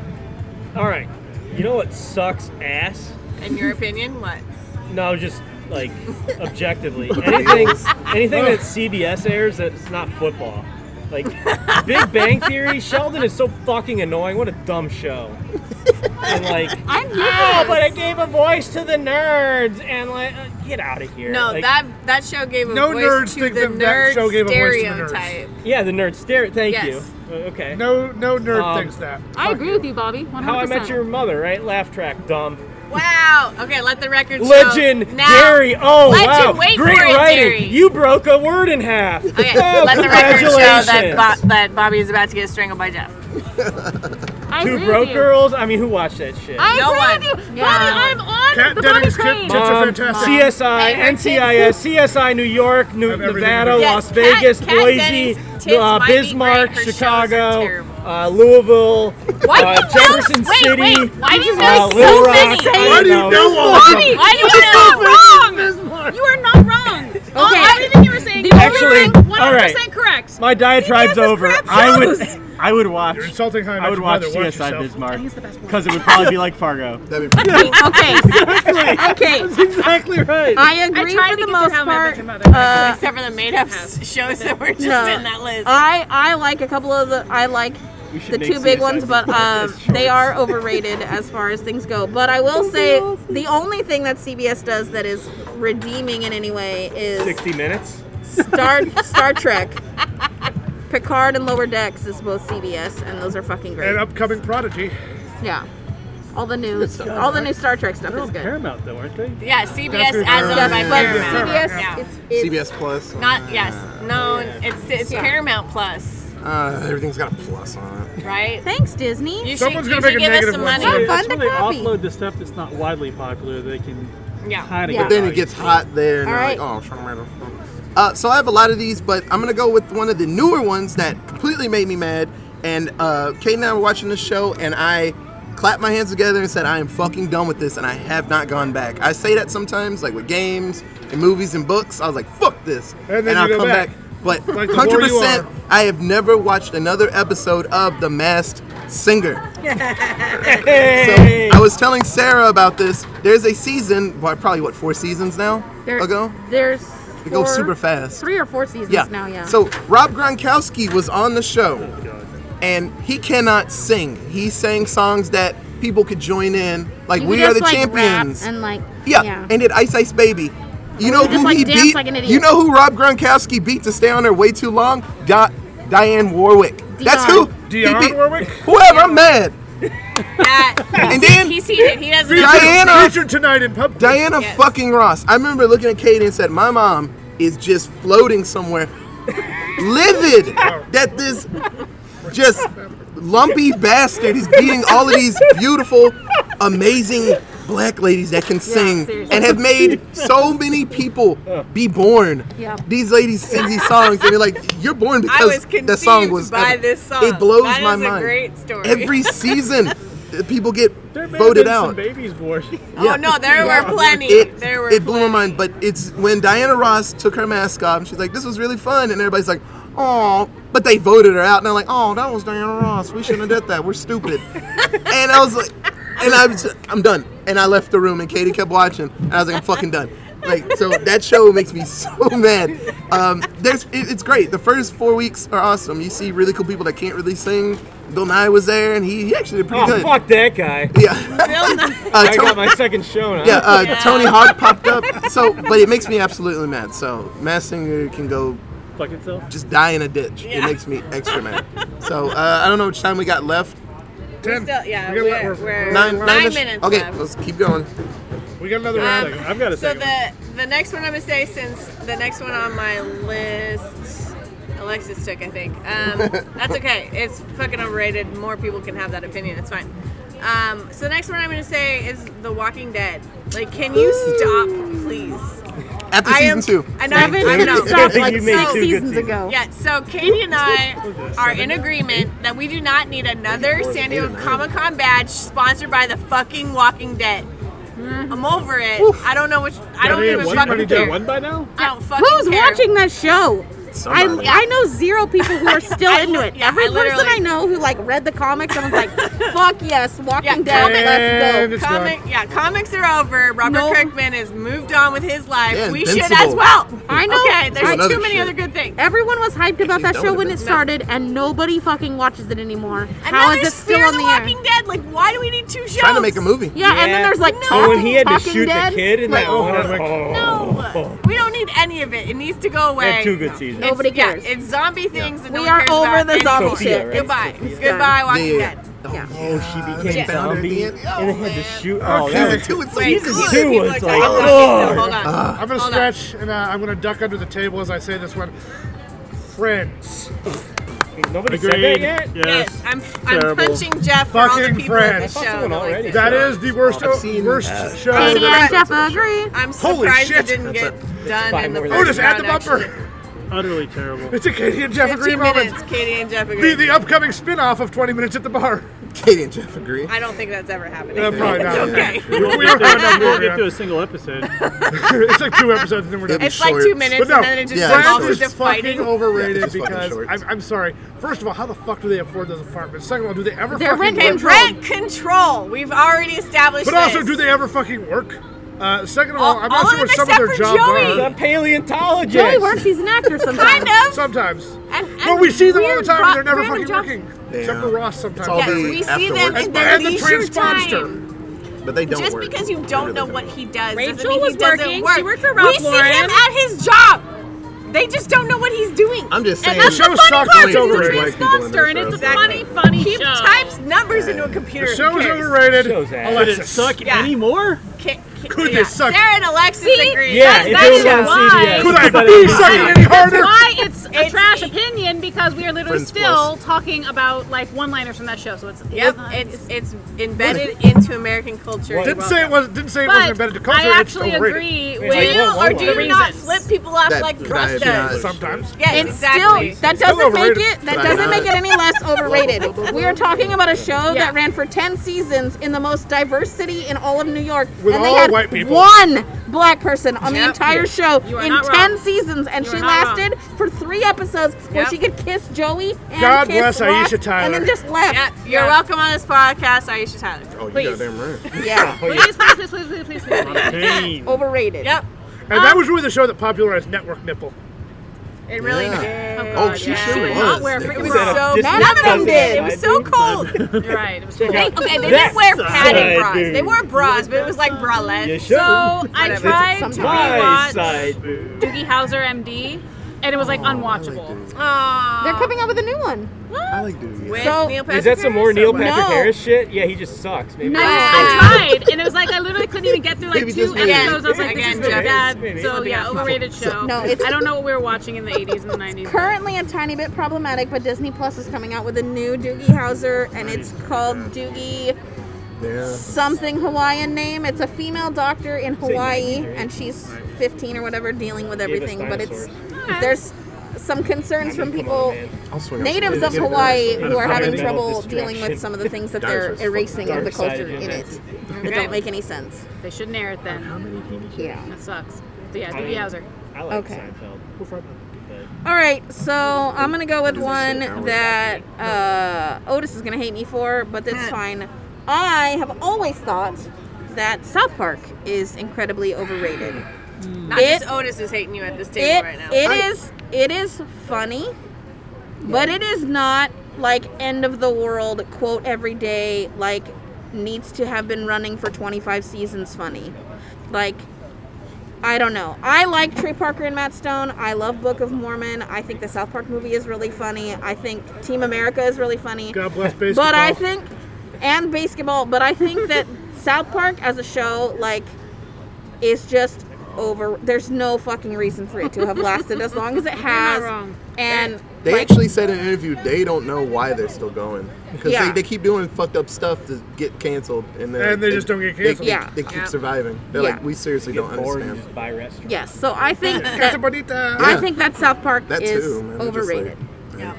[SPEAKER 5] All right. You know what sucks ass?
[SPEAKER 2] In your opinion, what?
[SPEAKER 5] No, just like objectively, anything, anything that CBS airs that's not football. Like Big Bang Theory, Sheldon is so fucking annoying. What a dumb show. And like,
[SPEAKER 6] I'm here
[SPEAKER 5] oh,
[SPEAKER 6] for
[SPEAKER 5] but I
[SPEAKER 6] this.
[SPEAKER 5] gave a voice to the nerds, and like, uh, get out of here.
[SPEAKER 2] No,
[SPEAKER 5] Like,
[SPEAKER 2] that that show gave a
[SPEAKER 3] No
[SPEAKER 2] voice
[SPEAKER 3] nerds
[SPEAKER 2] to
[SPEAKER 3] think
[SPEAKER 2] the
[SPEAKER 3] that that
[SPEAKER 2] nerd
[SPEAKER 3] show gave a voice to the nerds.
[SPEAKER 2] stereotype.
[SPEAKER 5] Yeah, the nerd stare. Thank
[SPEAKER 2] Yes.
[SPEAKER 5] you. Uh, Okay.
[SPEAKER 3] No, no nerd
[SPEAKER 5] Um,
[SPEAKER 3] thinks that.
[SPEAKER 6] I
[SPEAKER 3] Fuck
[SPEAKER 6] agree with you, Bobby. 100%.
[SPEAKER 5] How I Met Your Mother, right? Laugh track, dumb.
[SPEAKER 2] Wow. Okay, let the record show.
[SPEAKER 5] Legend,
[SPEAKER 2] now.
[SPEAKER 5] Dairy. Oh
[SPEAKER 2] Legend,
[SPEAKER 5] wow,
[SPEAKER 2] wait
[SPEAKER 5] great
[SPEAKER 2] for it,
[SPEAKER 5] writing.
[SPEAKER 2] Dairy.
[SPEAKER 5] You broke a word in half.
[SPEAKER 2] Okay,
[SPEAKER 5] Oh,
[SPEAKER 2] let the record show that
[SPEAKER 5] congratulations.
[SPEAKER 2] Bo- that Bobby is about to get strangled by Jeff.
[SPEAKER 6] I
[SPEAKER 5] Two
[SPEAKER 6] agree
[SPEAKER 5] broke
[SPEAKER 6] with you.
[SPEAKER 5] girls. I mean, who watched that shit?
[SPEAKER 6] I
[SPEAKER 2] No
[SPEAKER 6] agree
[SPEAKER 2] one.
[SPEAKER 6] with you,
[SPEAKER 4] Yeah.
[SPEAKER 6] Bobby. I'm on
[SPEAKER 3] Kat
[SPEAKER 6] the Bobby
[SPEAKER 3] Dennings, Kat
[SPEAKER 6] train.
[SPEAKER 3] Tits are
[SPEAKER 5] Um,
[SPEAKER 3] fantastic.
[SPEAKER 5] CSI,
[SPEAKER 2] Hey, her
[SPEAKER 5] NCIS, CSI New York, New,
[SPEAKER 3] Have everything
[SPEAKER 5] Nevada,
[SPEAKER 3] to do.
[SPEAKER 5] Las
[SPEAKER 2] Yes, Kat-
[SPEAKER 5] Vegas,
[SPEAKER 2] Kat
[SPEAKER 5] Boise,
[SPEAKER 2] Dennings' tits
[SPEAKER 5] uh,
[SPEAKER 2] might be
[SPEAKER 5] Bismarck,
[SPEAKER 2] great. Her shows are
[SPEAKER 5] Chicago,
[SPEAKER 2] terrible.
[SPEAKER 5] uh, Louisville,
[SPEAKER 2] Why
[SPEAKER 5] uh,
[SPEAKER 2] do you
[SPEAKER 5] Jefferson
[SPEAKER 2] know? Wait,
[SPEAKER 5] City,
[SPEAKER 2] wait. Why do you
[SPEAKER 5] uh,
[SPEAKER 2] know
[SPEAKER 5] Little
[SPEAKER 2] so
[SPEAKER 5] Rock.
[SPEAKER 2] many?
[SPEAKER 5] I
[SPEAKER 3] Why do you
[SPEAKER 5] don't
[SPEAKER 3] know all of them?
[SPEAKER 2] Bobby, why do you know wrong?
[SPEAKER 6] You are not wrong. Okay. everything you were saying.
[SPEAKER 4] The
[SPEAKER 5] Actually,
[SPEAKER 6] you were
[SPEAKER 5] all right.
[SPEAKER 6] 100% correct.
[SPEAKER 5] My diatribe's
[SPEAKER 6] CBS is
[SPEAKER 5] over.
[SPEAKER 6] crap
[SPEAKER 5] I would,
[SPEAKER 6] shows.
[SPEAKER 5] I would watch.
[SPEAKER 3] You're insulting how I
[SPEAKER 5] I
[SPEAKER 3] Met
[SPEAKER 5] would
[SPEAKER 3] Your
[SPEAKER 5] watch
[SPEAKER 3] Mother, watch
[SPEAKER 5] CSI
[SPEAKER 3] yourself.
[SPEAKER 5] Bismarck
[SPEAKER 6] He's the best one.
[SPEAKER 5] because it would probably be like Fargo.
[SPEAKER 1] That'd be pretty cool.
[SPEAKER 4] Okay. okay.
[SPEAKER 5] exactly right.
[SPEAKER 4] I agree
[SPEAKER 6] tried
[SPEAKER 4] for
[SPEAKER 6] to
[SPEAKER 4] the
[SPEAKER 6] get to
[SPEAKER 4] most
[SPEAKER 6] How I Met
[SPEAKER 4] part.
[SPEAKER 6] Your Mother.
[SPEAKER 4] uh,
[SPEAKER 2] Except for the made-up s- shows that were just
[SPEAKER 4] No.
[SPEAKER 2] in that list.
[SPEAKER 4] I I like a couple of the I like
[SPEAKER 5] We should
[SPEAKER 4] the
[SPEAKER 5] make
[SPEAKER 4] two big
[SPEAKER 5] CSI
[SPEAKER 4] ones, but
[SPEAKER 5] Bismarck
[SPEAKER 4] um,
[SPEAKER 5] as
[SPEAKER 4] they
[SPEAKER 5] shorts.
[SPEAKER 4] are overrated as far as things go. But I will say the only thing that CBS does that is redeeming in any way is
[SPEAKER 5] 60 minutes.
[SPEAKER 4] Star Star Trek. Picard and Lower Decks is both CBS, and those are fucking
[SPEAKER 3] An
[SPEAKER 4] great.
[SPEAKER 3] upcoming prodigy.
[SPEAKER 4] Yeah, all the news, all the new Star Trek stuff
[SPEAKER 7] They're
[SPEAKER 4] is
[SPEAKER 7] on
[SPEAKER 4] good.
[SPEAKER 7] Paramount though, aren't they?
[SPEAKER 2] yeah, CBS
[SPEAKER 3] That's
[SPEAKER 2] as
[SPEAKER 1] what
[SPEAKER 2] owned
[SPEAKER 4] Yes,
[SPEAKER 2] by
[SPEAKER 1] Paramount.
[SPEAKER 4] but
[SPEAKER 2] Paramount.
[SPEAKER 4] CBS,
[SPEAKER 2] Yeah.
[SPEAKER 4] it's, it's
[SPEAKER 1] CBS Plus.
[SPEAKER 2] Not yes, no. It's it's
[SPEAKER 4] Yeah.
[SPEAKER 2] Paramount Plus,
[SPEAKER 1] Uh, everything's got a plus on it.
[SPEAKER 2] right?
[SPEAKER 4] Thanks Disney.
[SPEAKER 2] You
[SPEAKER 3] Someone's
[SPEAKER 2] should,
[SPEAKER 3] gonna
[SPEAKER 2] you
[SPEAKER 3] make a
[SPEAKER 2] should give us some
[SPEAKER 3] negative one.
[SPEAKER 2] money.
[SPEAKER 4] Yeah.
[SPEAKER 7] That's
[SPEAKER 4] Fun
[SPEAKER 7] when
[SPEAKER 4] to
[SPEAKER 7] they
[SPEAKER 4] copy.
[SPEAKER 7] offload the stuff that's not widely popular. They can
[SPEAKER 2] Yeah.
[SPEAKER 7] kind of.
[SPEAKER 4] Yeah.
[SPEAKER 7] get
[SPEAKER 1] Then it
[SPEAKER 7] value.
[SPEAKER 1] gets hot there, and
[SPEAKER 4] All
[SPEAKER 1] you're
[SPEAKER 4] right.
[SPEAKER 1] like, oh, Charmander. Uh, so I have a lot of these, but I'm gonna go with one of the newer ones that completely made me mad. And uh, Kate and I were watching this show, and I clapped my hands together and said, I am fucking done with this, and I have not gone back. I say that sometimes, like with games and movies and books. I was like, fuck this.
[SPEAKER 3] And then you
[SPEAKER 1] I'll
[SPEAKER 3] go
[SPEAKER 1] come
[SPEAKER 3] back.
[SPEAKER 1] back. But
[SPEAKER 3] Like the more you
[SPEAKER 1] 100%,
[SPEAKER 3] are.
[SPEAKER 1] I have never watched another episode of The Masked Singer.
[SPEAKER 5] Hey!
[SPEAKER 1] I was telling Sarah about this. There's a season, well, probably what, four seasons now
[SPEAKER 4] There-
[SPEAKER 1] ago?
[SPEAKER 4] There's
[SPEAKER 1] It goes
[SPEAKER 4] four-
[SPEAKER 1] super fast.
[SPEAKER 4] Three or four seasons
[SPEAKER 1] Yeah.
[SPEAKER 4] now, yeah.
[SPEAKER 1] So Rob Gronkowski was on the show, and he cannot sing. He sang songs that people could join in, like
[SPEAKER 4] You
[SPEAKER 1] "We
[SPEAKER 4] just,
[SPEAKER 1] Are the
[SPEAKER 4] like, rap
[SPEAKER 1] Champions."
[SPEAKER 4] And like
[SPEAKER 1] yeah. and did Ice Ice Baby. You know
[SPEAKER 4] you just,
[SPEAKER 1] who
[SPEAKER 4] like,
[SPEAKER 1] he
[SPEAKER 4] dance
[SPEAKER 1] beat?
[SPEAKER 4] like an idiot.
[SPEAKER 1] You know who Rob Gronkowski beat to stay on there way too long? Di- Diane Warwick. That's who.
[SPEAKER 4] Dionne.
[SPEAKER 1] he
[SPEAKER 3] Dionne
[SPEAKER 1] beat.
[SPEAKER 3] Warwick?
[SPEAKER 1] Whoever, I'm mad.
[SPEAKER 2] That
[SPEAKER 1] And then
[SPEAKER 2] he's seen it. He doesn't.
[SPEAKER 1] Diana
[SPEAKER 3] Featured tonight in pub.
[SPEAKER 1] Diana
[SPEAKER 2] Yes.
[SPEAKER 1] fucking Ross. I remember looking at Katie and said, My mom is just floating somewhere, livid that this just lumpy bastard is beating all of these beautiful, amazing black ladies that can sing
[SPEAKER 4] seriously.
[SPEAKER 1] and have made so many people be born.
[SPEAKER 4] Yeah.
[SPEAKER 1] These ladies sing these songs and they're like, You're born
[SPEAKER 2] I was
[SPEAKER 1] because
[SPEAKER 2] conceived
[SPEAKER 1] the song was
[SPEAKER 2] by
[SPEAKER 1] ever-
[SPEAKER 2] this song.
[SPEAKER 1] It blows
[SPEAKER 2] That
[SPEAKER 1] my
[SPEAKER 2] is a
[SPEAKER 1] mind.
[SPEAKER 2] great story.
[SPEAKER 1] Every season, the people get
[SPEAKER 7] There may
[SPEAKER 1] voted
[SPEAKER 7] have been
[SPEAKER 1] out.
[SPEAKER 7] some babies born.
[SPEAKER 1] Yeah.
[SPEAKER 2] Oh no, there were plenty.
[SPEAKER 1] It,
[SPEAKER 2] there were.
[SPEAKER 1] it blew my
[SPEAKER 2] plenty.
[SPEAKER 1] mind, but it's when Diana Ross took her mask off and she's like, "This was really fun," and everybody's like, "Oh," but they voted her out, and I'm like, "Oh, that was Diana Ross. We shouldn't have did that. We're stupid." and I was like, "And I was, I'm done." And I left the room, and Katie kept watching, and I was like, "I'm fucking done." Like so, that show makes me so mad. Um, there's, it, it's great. The first four weeks are awesome. You see really cool people that can't really sing. Bill Nye was there, and he, he actually did pretty
[SPEAKER 5] Oh,
[SPEAKER 1] good.
[SPEAKER 5] fuck that guy.
[SPEAKER 1] Yeah,
[SPEAKER 2] Bill Nye-
[SPEAKER 1] Uh,
[SPEAKER 5] I got my second show now.
[SPEAKER 1] yeah, uh, Tony Hawk popped up. So, but it makes me absolutely mad. So, Mass Singer can go
[SPEAKER 7] Fuck itself.
[SPEAKER 1] just die in a ditch. It
[SPEAKER 2] Yeah.
[SPEAKER 1] makes me extra mad. So, uh, I don't know which time we got left.
[SPEAKER 3] Ten.
[SPEAKER 2] Still, yeah,
[SPEAKER 3] We got,
[SPEAKER 2] we're,
[SPEAKER 3] we're-
[SPEAKER 2] we're-
[SPEAKER 1] Nine, nine-ish?
[SPEAKER 2] minutes
[SPEAKER 1] Okay,
[SPEAKER 2] left.
[SPEAKER 1] let's keep going.
[SPEAKER 3] we got another
[SPEAKER 2] Um,
[SPEAKER 3] round.
[SPEAKER 7] Second. I've got a
[SPEAKER 2] so
[SPEAKER 7] second.
[SPEAKER 2] the the next one I'm gonna say since the next one on my list, Alexis took I think. Um, that's okay. It's fucking overrated. More people can have that opinion. It's fine. Um, so the next one I'm gonna say is The Walking Dead. Like, can you stop, please?
[SPEAKER 1] After
[SPEAKER 2] I
[SPEAKER 1] season
[SPEAKER 2] am-
[SPEAKER 1] two.
[SPEAKER 2] and
[SPEAKER 4] I've
[SPEAKER 2] I
[SPEAKER 4] been
[SPEAKER 2] I know.
[SPEAKER 4] stopped like
[SPEAKER 5] You made
[SPEAKER 4] six
[SPEAKER 5] two good
[SPEAKER 4] seasons
[SPEAKER 5] seasons.
[SPEAKER 4] ago.
[SPEAKER 2] Yeah, so Katie and I are in agreement that we do not need another San Diego Comic Con badge sponsored by the fucking Walking Dead.
[SPEAKER 4] Mm-hmm.
[SPEAKER 2] I'm over it. I don't know which. I don't
[SPEAKER 7] Hey,
[SPEAKER 2] even
[SPEAKER 7] one,
[SPEAKER 2] fucking
[SPEAKER 7] did
[SPEAKER 2] care.
[SPEAKER 7] one by now?
[SPEAKER 2] I don't fucking
[SPEAKER 4] Who's
[SPEAKER 2] care.
[SPEAKER 4] watching that show? I,
[SPEAKER 1] Somebody.
[SPEAKER 4] I know zero people who are still
[SPEAKER 2] I-
[SPEAKER 4] into it.
[SPEAKER 2] yeah,
[SPEAKER 4] Every
[SPEAKER 2] I
[SPEAKER 4] person
[SPEAKER 2] literally-
[SPEAKER 4] I know who like read the comics, someone's like, "Fuck yes,
[SPEAKER 2] Yeah,
[SPEAKER 4] Walking
[SPEAKER 2] comic-
[SPEAKER 4] Dead,
[SPEAKER 3] And it's
[SPEAKER 4] let's
[SPEAKER 2] Comic, yeah, comics are over. Robert
[SPEAKER 4] No.
[SPEAKER 2] Kirkman has moved on with his life.
[SPEAKER 1] Yeah,
[SPEAKER 2] we should
[SPEAKER 1] Invincible.
[SPEAKER 2] as well.
[SPEAKER 4] I know.
[SPEAKER 2] Okay,
[SPEAKER 1] Do
[SPEAKER 2] there's
[SPEAKER 1] another
[SPEAKER 2] too many
[SPEAKER 1] shit.
[SPEAKER 2] other good things.
[SPEAKER 4] go." Everyone was hyped about
[SPEAKER 1] that
[SPEAKER 4] that show
[SPEAKER 1] would've
[SPEAKER 4] when
[SPEAKER 1] been-
[SPEAKER 4] it started, and nobody fucking watches it anymore. How
[SPEAKER 2] Another
[SPEAKER 4] is it still
[SPEAKER 2] Fear
[SPEAKER 4] on
[SPEAKER 2] the
[SPEAKER 4] the
[SPEAKER 2] Walking
[SPEAKER 4] air?
[SPEAKER 2] Dead. Like, why do we need two shows?
[SPEAKER 1] Trying to make a movie.
[SPEAKER 4] Yeah, and then
[SPEAKER 5] Yeah.
[SPEAKER 4] there's like
[SPEAKER 2] No.
[SPEAKER 5] Oh,
[SPEAKER 4] talking,
[SPEAKER 5] when he had to
[SPEAKER 4] Talking
[SPEAKER 5] shoot
[SPEAKER 4] dead.
[SPEAKER 5] the kid in
[SPEAKER 4] like,
[SPEAKER 5] that one, I was
[SPEAKER 7] oh,
[SPEAKER 5] like, oh,
[SPEAKER 2] No, we don't need any of it. It needs to go away.
[SPEAKER 5] They had two good
[SPEAKER 2] It's-
[SPEAKER 5] seasons.
[SPEAKER 4] Nobody
[SPEAKER 2] yeah,
[SPEAKER 4] cares.
[SPEAKER 2] it's zombie things. that no
[SPEAKER 4] We
[SPEAKER 2] one
[SPEAKER 4] are
[SPEAKER 2] cares
[SPEAKER 4] over
[SPEAKER 2] about
[SPEAKER 4] the
[SPEAKER 2] anymore.
[SPEAKER 4] zombie
[SPEAKER 5] Sophia, shit. right?
[SPEAKER 2] Goodbye.
[SPEAKER 5] Sophia.
[SPEAKER 2] Goodbye,
[SPEAKER 1] Yeah,
[SPEAKER 2] Walking
[SPEAKER 1] yeah, yeah.
[SPEAKER 2] Dead.
[SPEAKER 1] Oh,
[SPEAKER 4] Yeah.
[SPEAKER 5] Oh, she became
[SPEAKER 1] Yeah.
[SPEAKER 5] zombie,
[SPEAKER 1] Found her at the end.
[SPEAKER 5] and they had to shoot.
[SPEAKER 1] Oh,
[SPEAKER 5] Oh,
[SPEAKER 1] season
[SPEAKER 5] that was
[SPEAKER 1] two was so
[SPEAKER 2] Wait,
[SPEAKER 1] easy.
[SPEAKER 2] cool.
[SPEAKER 5] two
[SPEAKER 2] People
[SPEAKER 5] was
[SPEAKER 2] are
[SPEAKER 5] like,
[SPEAKER 2] talking about
[SPEAKER 5] oh.
[SPEAKER 2] this, so Hold on.
[SPEAKER 3] I'm gonna
[SPEAKER 2] Hold on.
[SPEAKER 3] stretch and uh, I'm gonna duck under the table as I say this one. Friends.
[SPEAKER 5] Nobody said
[SPEAKER 7] Agreed.
[SPEAKER 5] that yet.
[SPEAKER 2] Yes,
[SPEAKER 7] Yes.
[SPEAKER 2] I'm, I'm
[SPEAKER 7] Terrible.
[SPEAKER 2] punching Jeff for all the
[SPEAKER 3] Fucking
[SPEAKER 2] people at the
[SPEAKER 3] friends.
[SPEAKER 2] show.
[SPEAKER 5] I thought someone
[SPEAKER 2] that
[SPEAKER 5] already
[SPEAKER 2] likes it.
[SPEAKER 3] That is the worst
[SPEAKER 1] I've
[SPEAKER 3] o-
[SPEAKER 1] seen,
[SPEAKER 3] worst
[SPEAKER 1] uh,
[SPEAKER 3] show.
[SPEAKER 1] I've
[SPEAKER 3] that
[SPEAKER 4] Katie
[SPEAKER 1] seen
[SPEAKER 3] I've
[SPEAKER 4] and
[SPEAKER 1] that.
[SPEAKER 4] Jeff agree.
[SPEAKER 2] I'm
[SPEAKER 3] Holy
[SPEAKER 2] surprised
[SPEAKER 3] shit.
[SPEAKER 2] it didn't
[SPEAKER 1] That's
[SPEAKER 2] get done
[SPEAKER 5] Five
[SPEAKER 2] in the
[SPEAKER 5] more
[SPEAKER 2] first
[SPEAKER 5] than
[SPEAKER 3] Oh, just add the
[SPEAKER 2] round,
[SPEAKER 3] bumper.
[SPEAKER 2] actually.
[SPEAKER 7] Utterly terrible.
[SPEAKER 3] It's a Katie and Jeff agree
[SPEAKER 2] 15
[SPEAKER 3] moment.
[SPEAKER 2] minutes, Katie and Jeff
[SPEAKER 3] The,
[SPEAKER 2] agree.
[SPEAKER 3] the upcoming spin-off of 20 Minutes at the Bar.
[SPEAKER 1] Katie and Jeff agree.
[SPEAKER 2] I don't think that's ever happened.
[SPEAKER 3] Uh, probably not.
[SPEAKER 2] okay.
[SPEAKER 3] We
[SPEAKER 7] We
[SPEAKER 3] were
[SPEAKER 7] won't get to- we won't get to
[SPEAKER 3] to
[SPEAKER 7] a single episode.
[SPEAKER 3] It's like two episodes and then we're done.
[SPEAKER 1] It'd
[SPEAKER 2] It's like
[SPEAKER 1] Short.
[SPEAKER 2] two minutes
[SPEAKER 3] But no,
[SPEAKER 2] and then it just
[SPEAKER 1] yeah,
[SPEAKER 2] devolves
[SPEAKER 1] short.
[SPEAKER 2] into
[SPEAKER 3] is fucking
[SPEAKER 2] fighting.
[SPEAKER 3] overrated
[SPEAKER 1] Yeah, it's fucking
[SPEAKER 3] because
[SPEAKER 1] shorts.
[SPEAKER 3] I'm, I'm sorry. First of all, how the fuck do they afford those apartments? Second of all, do they ever
[SPEAKER 4] They're
[SPEAKER 3] fucking
[SPEAKER 4] rent
[SPEAKER 2] Okay,
[SPEAKER 3] work?
[SPEAKER 4] Control.
[SPEAKER 2] rent control. We've already established
[SPEAKER 3] But also,
[SPEAKER 2] this.
[SPEAKER 3] do they ever fucking work? Uh, second of all,
[SPEAKER 2] All-
[SPEAKER 3] I'm not
[SPEAKER 2] all
[SPEAKER 3] sure
[SPEAKER 2] of
[SPEAKER 3] what
[SPEAKER 2] them
[SPEAKER 3] some of their
[SPEAKER 2] except
[SPEAKER 3] jobs
[SPEAKER 2] for Joey.
[SPEAKER 5] The
[SPEAKER 3] are.
[SPEAKER 5] paleontologist.
[SPEAKER 4] Joey works. He's an actor sometimes.
[SPEAKER 2] Kind of.
[SPEAKER 3] Sometimes.
[SPEAKER 2] And-
[SPEAKER 3] but
[SPEAKER 2] and
[SPEAKER 3] we see them all the
[SPEAKER 2] weird
[SPEAKER 3] time and they're
[SPEAKER 2] ro-
[SPEAKER 3] never fucking
[SPEAKER 2] random
[SPEAKER 3] working.
[SPEAKER 2] jobs.
[SPEAKER 3] Except for
[SPEAKER 1] Yeah.
[SPEAKER 3] Ross sometimes.
[SPEAKER 1] all
[SPEAKER 2] Yes,
[SPEAKER 1] Probably
[SPEAKER 2] we see them
[SPEAKER 1] afterwards.
[SPEAKER 2] in
[SPEAKER 3] and,
[SPEAKER 2] their
[SPEAKER 3] and the
[SPEAKER 2] leisure time.
[SPEAKER 3] transponster.
[SPEAKER 1] But they don't
[SPEAKER 2] Just
[SPEAKER 1] work.
[SPEAKER 2] because
[SPEAKER 1] They
[SPEAKER 2] you don't
[SPEAKER 1] really
[SPEAKER 2] know
[SPEAKER 1] don't.
[SPEAKER 2] what he does doesn't
[SPEAKER 6] Rachel
[SPEAKER 2] mean
[SPEAKER 6] was
[SPEAKER 2] he doesn't
[SPEAKER 6] working.
[SPEAKER 2] work.
[SPEAKER 6] She worked for Ralph
[SPEAKER 2] we see
[SPEAKER 6] Lauren.
[SPEAKER 2] him at his job. They just don't know what he's doing.
[SPEAKER 1] I'm just
[SPEAKER 2] And
[SPEAKER 1] saying.
[SPEAKER 2] that's
[SPEAKER 3] The show
[SPEAKER 2] the funny
[SPEAKER 3] sucks.
[SPEAKER 2] part.
[SPEAKER 3] It's
[SPEAKER 2] He's a
[SPEAKER 3] overrated.
[SPEAKER 1] Black people in
[SPEAKER 6] Transposter, and
[SPEAKER 1] their
[SPEAKER 6] it's a
[SPEAKER 1] show.
[SPEAKER 6] funny, funny
[SPEAKER 2] He
[SPEAKER 6] show.
[SPEAKER 2] types numbers into a computer.
[SPEAKER 3] The show
[SPEAKER 2] Who
[SPEAKER 3] is
[SPEAKER 2] cares?
[SPEAKER 3] overrated.
[SPEAKER 5] Show's ass.
[SPEAKER 7] Did it
[SPEAKER 3] Alexis.
[SPEAKER 7] suck
[SPEAKER 2] Yeah.
[SPEAKER 7] anymore?
[SPEAKER 2] Ca- ca-
[SPEAKER 3] Could
[SPEAKER 2] yeah.
[SPEAKER 3] it suck?
[SPEAKER 2] Sarah and Alexis agree.
[SPEAKER 5] Yeah,
[SPEAKER 2] That's-
[SPEAKER 5] if
[SPEAKER 2] that
[SPEAKER 5] it was
[SPEAKER 2] is
[SPEAKER 5] on
[SPEAKER 2] why.
[SPEAKER 5] CBS.
[SPEAKER 3] Could I
[SPEAKER 5] But
[SPEAKER 3] be
[SPEAKER 5] it's-
[SPEAKER 3] sucking any harder?
[SPEAKER 6] Why it's a
[SPEAKER 2] It's-
[SPEAKER 6] trash opinion because we are literally
[SPEAKER 1] Friends
[SPEAKER 6] still
[SPEAKER 1] plus.
[SPEAKER 6] talking about like one-liners from that show. So it's
[SPEAKER 2] Yep,
[SPEAKER 6] uh,
[SPEAKER 2] it's it's embedded into American culture.
[SPEAKER 5] Didn't
[SPEAKER 3] Didn't say it was. Didn't say it
[SPEAKER 6] But
[SPEAKER 3] wasn't embedded to culture.
[SPEAKER 6] I
[SPEAKER 3] it's
[SPEAKER 6] actually
[SPEAKER 3] overrated.
[SPEAKER 6] agree
[SPEAKER 5] It's
[SPEAKER 2] Do
[SPEAKER 5] like,
[SPEAKER 6] with.
[SPEAKER 2] you
[SPEAKER 5] whoa, whoa,
[SPEAKER 2] or do
[SPEAKER 5] whoa.
[SPEAKER 2] you not
[SPEAKER 6] Reasons.
[SPEAKER 2] flip people off
[SPEAKER 1] That
[SPEAKER 2] like
[SPEAKER 1] could I
[SPEAKER 2] Crush
[SPEAKER 1] have
[SPEAKER 2] does?
[SPEAKER 1] not-
[SPEAKER 3] Sometimes.
[SPEAKER 2] Yes,
[SPEAKER 4] And
[SPEAKER 2] exactly.
[SPEAKER 4] still, that
[SPEAKER 3] Still
[SPEAKER 4] doesn't make
[SPEAKER 3] overrated.
[SPEAKER 4] it that
[SPEAKER 1] Right.
[SPEAKER 4] doesn't make it any less overrated. We are talking about a show
[SPEAKER 6] Yeah.
[SPEAKER 4] that ran for ten seasons in the most diverse city in all of New York,
[SPEAKER 3] With
[SPEAKER 4] and
[SPEAKER 3] all
[SPEAKER 4] they had
[SPEAKER 3] white people.
[SPEAKER 4] one black person on the
[SPEAKER 2] Yep.
[SPEAKER 4] entire
[SPEAKER 2] Yeah.
[SPEAKER 4] show
[SPEAKER 6] You are
[SPEAKER 4] in
[SPEAKER 6] not
[SPEAKER 4] ten
[SPEAKER 6] wrong.
[SPEAKER 4] seasons, and
[SPEAKER 6] You
[SPEAKER 4] she
[SPEAKER 6] are not wrong.
[SPEAKER 4] lasted for three episodes where
[SPEAKER 2] Yep.
[SPEAKER 4] she could kiss Joey and
[SPEAKER 3] God
[SPEAKER 4] kiss
[SPEAKER 3] bless
[SPEAKER 4] Ross,
[SPEAKER 3] Aisha Tyler.
[SPEAKER 4] and then just left.
[SPEAKER 2] Yeah, you're
[SPEAKER 6] Yeah.
[SPEAKER 2] welcome on this podcast, Aisha Tyler.
[SPEAKER 1] Oh, you
[SPEAKER 6] Please.
[SPEAKER 1] got damn right.
[SPEAKER 4] Yeah,
[SPEAKER 6] Please, please, please, please, please, please, please.
[SPEAKER 7] Pain.
[SPEAKER 4] overrated.
[SPEAKER 2] Yep,
[SPEAKER 3] And that was really the show that popularized network nipple.
[SPEAKER 2] it really
[SPEAKER 1] Yeah.
[SPEAKER 2] did.
[SPEAKER 1] Oh, she
[SPEAKER 6] She
[SPEAKER 1] sure
[SPEAKER 6] would
[SPEAKER 1] was.
[SPEAKER 6] not wear
[SPEAKER 2] It
[SPEAKER 6] freaking
[SPEAKER 2] was
[SPEAKER 6] bra.
[SPEAKER 2] so
[SPEAKER 7] Just
[SPEAKER 2] none
[SPEAKER 4] because
[SPEAKER 2] of them
[SPEAKER 4] of
[SPEAKER 2] did.
[SPEAKER 4] that,
[SPEAKER 2] It was
[SPEAKER 7] I
[SPEAKER 2] so
[SPEAKER 7] do.
[SPEAKER 2] cold.
[SPEAKER 6] You're right. It was cool.
[SPEAKER 2] They, okay, they didn't wear padded
[SPEAKER 7] side,
[SPEAKER 2] bras. They
[SPEAKER 7] dude.
[SPEAKER 2] wore bras, but it was like
[SPEAKER 5] You
[SPEAKER 2] bralettes.
[SPEAKER 5] should.
[SPEAKER 6] So I
[SPEAKER 2] Whatever.
[SPEAKER 6] tried to
[SPEAKER 5] My
[SPEAKER 6] rewatch
[SPEAKER 5] side boob.
[SPEAKER 6] Doogie Howser MD, and it was like unwatchable.
[SPEAKER 2] Aww.
[SPEAKER 4] They're coming out with a new one.
[SPEAKER 1] I like doing
[SPEAKER 2] With
[SPEAKER 1] it.
[SPEAKER 4] So-
[SPEAKER 2] Neil Patrick
[SPEAKER 5] Is that some more
[SPEAKER 2] Harris or
[SPEAKER 5] Neil
[SPEAKER 2] what?
[SPEAKER 5] Patrick
[SPEAKER 4] No.
[SPEAKER 5] Harris shit? Yeah, he just sucks. Maybe.
[SPEAKER 6] No,
[SPEAKER 5] that's-
[SPEAKER 6] I tried, and it was like I literally couldn't even get through like
[SPEAKER 1] Maybe
[SPEAKER 6] two
[SPEAKER 1] just maybe.
[SPEAKER 6] episodes. I was like,
[SPEAKER 2] Again,
[SPEAKER 6] this is really
[SPEAKER 2] Jeff.
[SPEAKER 6] bad.
[SPEAKER 5] Maybe.
[SPEAKER 6] So yeah, overrated show.
[SPEAKER 4] No, it's-
[SPEAKER 6] I don't know what we were watching in the 80s and the 90s.
[SPEAKER 4] Currently a tiny bit problematic, but Disney Plus is coming out with a new Doogie Howser, and it's called Doogie.
[SPEAKER 1] Yeah.
[SPEAKER 4] something Hawaiian name. It's a female doctor in Hawaii,
[SPEAKER 5] right?
[SPEAKER 4] and she's 15 or whatever, dealing with
[SPEAKER 5] Gave us
[SPEAKER 4] everything. But it's
[SPEAKER 6] dinosaurs.
[SPEAKER 4] there's some concerns from
[SPEAKER 5] Come on,
[SPEAKER 4] people,
[SPEAKER 5] Oh, man.
[SPEAKER 1] I'll swing out
[SPEAKER 4] natives
[SPEAKER 1] some
[SPEAKER 4] of
[SPEAKER 1] days.
[SPEAKER 4] Hawaii,
[SPEAKER 7] Not
[SPEAKER 4] who are
[SPEAKER 7] a
[SPEAKER 4] having
[SPEAKER 5] fundamental
[SPEAKER 4] trouble
[SPEAKER 5] distraction.
[SPEAKER 4] dealing with some of the things that
[SPEAKER 1] Dinosaurs
[SPEAKER 4] they're
[SPEAKER 1] fucking
[SPEAKER 4] erasing of the
[SPEAKER 5] dark side,
[SPEAKER 4] culture in
[SPEAKER 5] yeah.
[SPEAKER 4] it that don't make any sense.
[SPEAKER 6] They shouldn't air it then.
[SPEAKER 4] Yeah.
[SPEAKER 6] That sucks. So yeah,
[SPEAKER 5] I
[SPEAKER 6] Doogie
[SPEAKER 5] mean-
[SPEAKER 6] Howser.
[SPEAKER 5] I like
[SPEAKER 4] Okay.
[SPEAKER 5] Seinfeld.
[SPEAKER 4] All right, so I'm gonna go with one that uh, Otis is gonna hate me for, but that's fine. I have always thought that South Park is incredibly overrated.
[SPEAKER 2] Not
[SPEAKER 4] It-
[SPEAKER 2] just Otis is hating you at this table
[SPEAKER 4] it,
[SPEAKER 2] right now.
[SPEAKER 4] it is it is funny but it is not like end of the world quote every day like needs to have been running for 25 seasons funny like i don't know i like trey parker and matt stone i love book of mormon i think the south park movie is really funny i think team america is really funny
[SPEAKER 3] God bless baseball.
[SPEAKER 4] but I think and basketball, but I think that South Park as a show like is just over there's no fucking reason for it to have lasted as long as it has.
[SPEAKER 6] wrong.
[SPEAKER 4] And
[SPEAKER 1] They
[SPEAKER 4] like,
[SPEAKER 1] actually said in an interview they don't know why they're still going because
[SPEAKER 4] Yeah.
[SPEAKER 1] they, they keep doing fucked up stuff to get canceled, and, then
[SPEAKER 3] And they just don't get canceled.
[SPEAKER 1] They,
[SPEAKER 4] Yeah.
[SPEAKER 1] they keep
[SPEAKER 2] Yeah.
[SPEAKER 1] surviving. They're
[SPEAKER 4] Yeah.
[SPEAKER 1] like, we seriously
[SPEAKER 5] Get
[SPEAKER 1] don't
[SPEAKER 5] bored and
[SPEAKER 1] understand.
[SPEAKER 5] just buy restaurants.
[SPEAKER 4] yes, so I think
[SPEAKER 3] Casa
[SPEAKER 4] that,
[SPEAKER 3] Bonita.
[SPEAKER 4] I
[SPEAKER 1] Yeah.
[SPEAKER 4] think that South Park
[SPEAKER 1] That
[SPEAKER 4] is
[SPEAKER 1] too, man. They're just like-
[SPEAKER 4] overrated.
[SPEAKER 2] Yeah.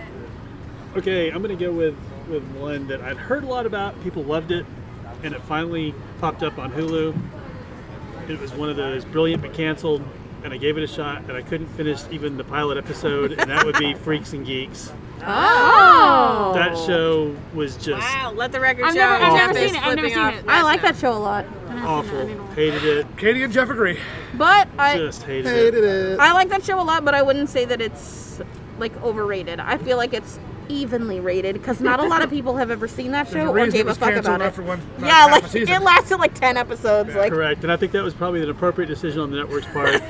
[SPEAKER 7] Okay, I'm gonna go with with one that I'd heard a lot about. People loved it, and it finally popped up on Hulu. It was one of those brilliant but canceled, and I gave it a shot, and I couldn't finish even the pilot episode, and that would be Freaks and Geeks.
[SPEAKER 4] Oh.
[SPEAKER 7] That show was just
[SPEAKER 2] Wow, let the record
[SPEAKER 6] I've
[SPEAKER 2] show.
[SPEAKER 6] never- I've
[SPEAKER 2] Jeff
[SPEAKER 6] never
[SPEAKER 2] is
[SPEAKER 6] seen it. I've never
[SPEAKER 2] flipping
[SPEAKER 6] seen
[SPEAKER 2] off
[SPEAKER 6] it.
[SPEAKER 4] I
[SPEAKER 2] last
[SPEAKER 4] like
[SPEAKER 2] night.
[SPEAKER 4] that show a lot.
[SPEAKER 7] awful. Hated it.
[SPEAKER 3] Katie and Jeff agree.
[SPEAKER 4] But I
[SPEAKER 7] Just hated
[SPEAKER 1] Hated
[SPEAKER 7] it.
[SPEAKER 1] it.
[SPEAKER 4] I like that show a lot, but I wouldn't say that it's like overrated. I feel like it's evenly rated because not a lot of people have ever seen that
[SPEAKER 3] There's
[SPEAKER 4] show
[SPEAKER 3] a
[SPEAKER 4] or
[SPEAKER 3] reason it
[SPEAKER 4] gave a
[SPEAKER 3] was
[SPEAKER 4] fuck
[SPEAKER 3] canceled
[SPEAKER 4] about it.
[SPEAKER 3] after one. not
[SPEAKER 4] Yeah,
[SPEAKER 3] half a
[SPEAKER 4] like
[SPEAKER 3] season.
[SPEAKER 4] it lasted like ten episodes. Like
[SPEAKER 7] Correct, and I think that was probably an appropriate decision on the network's part.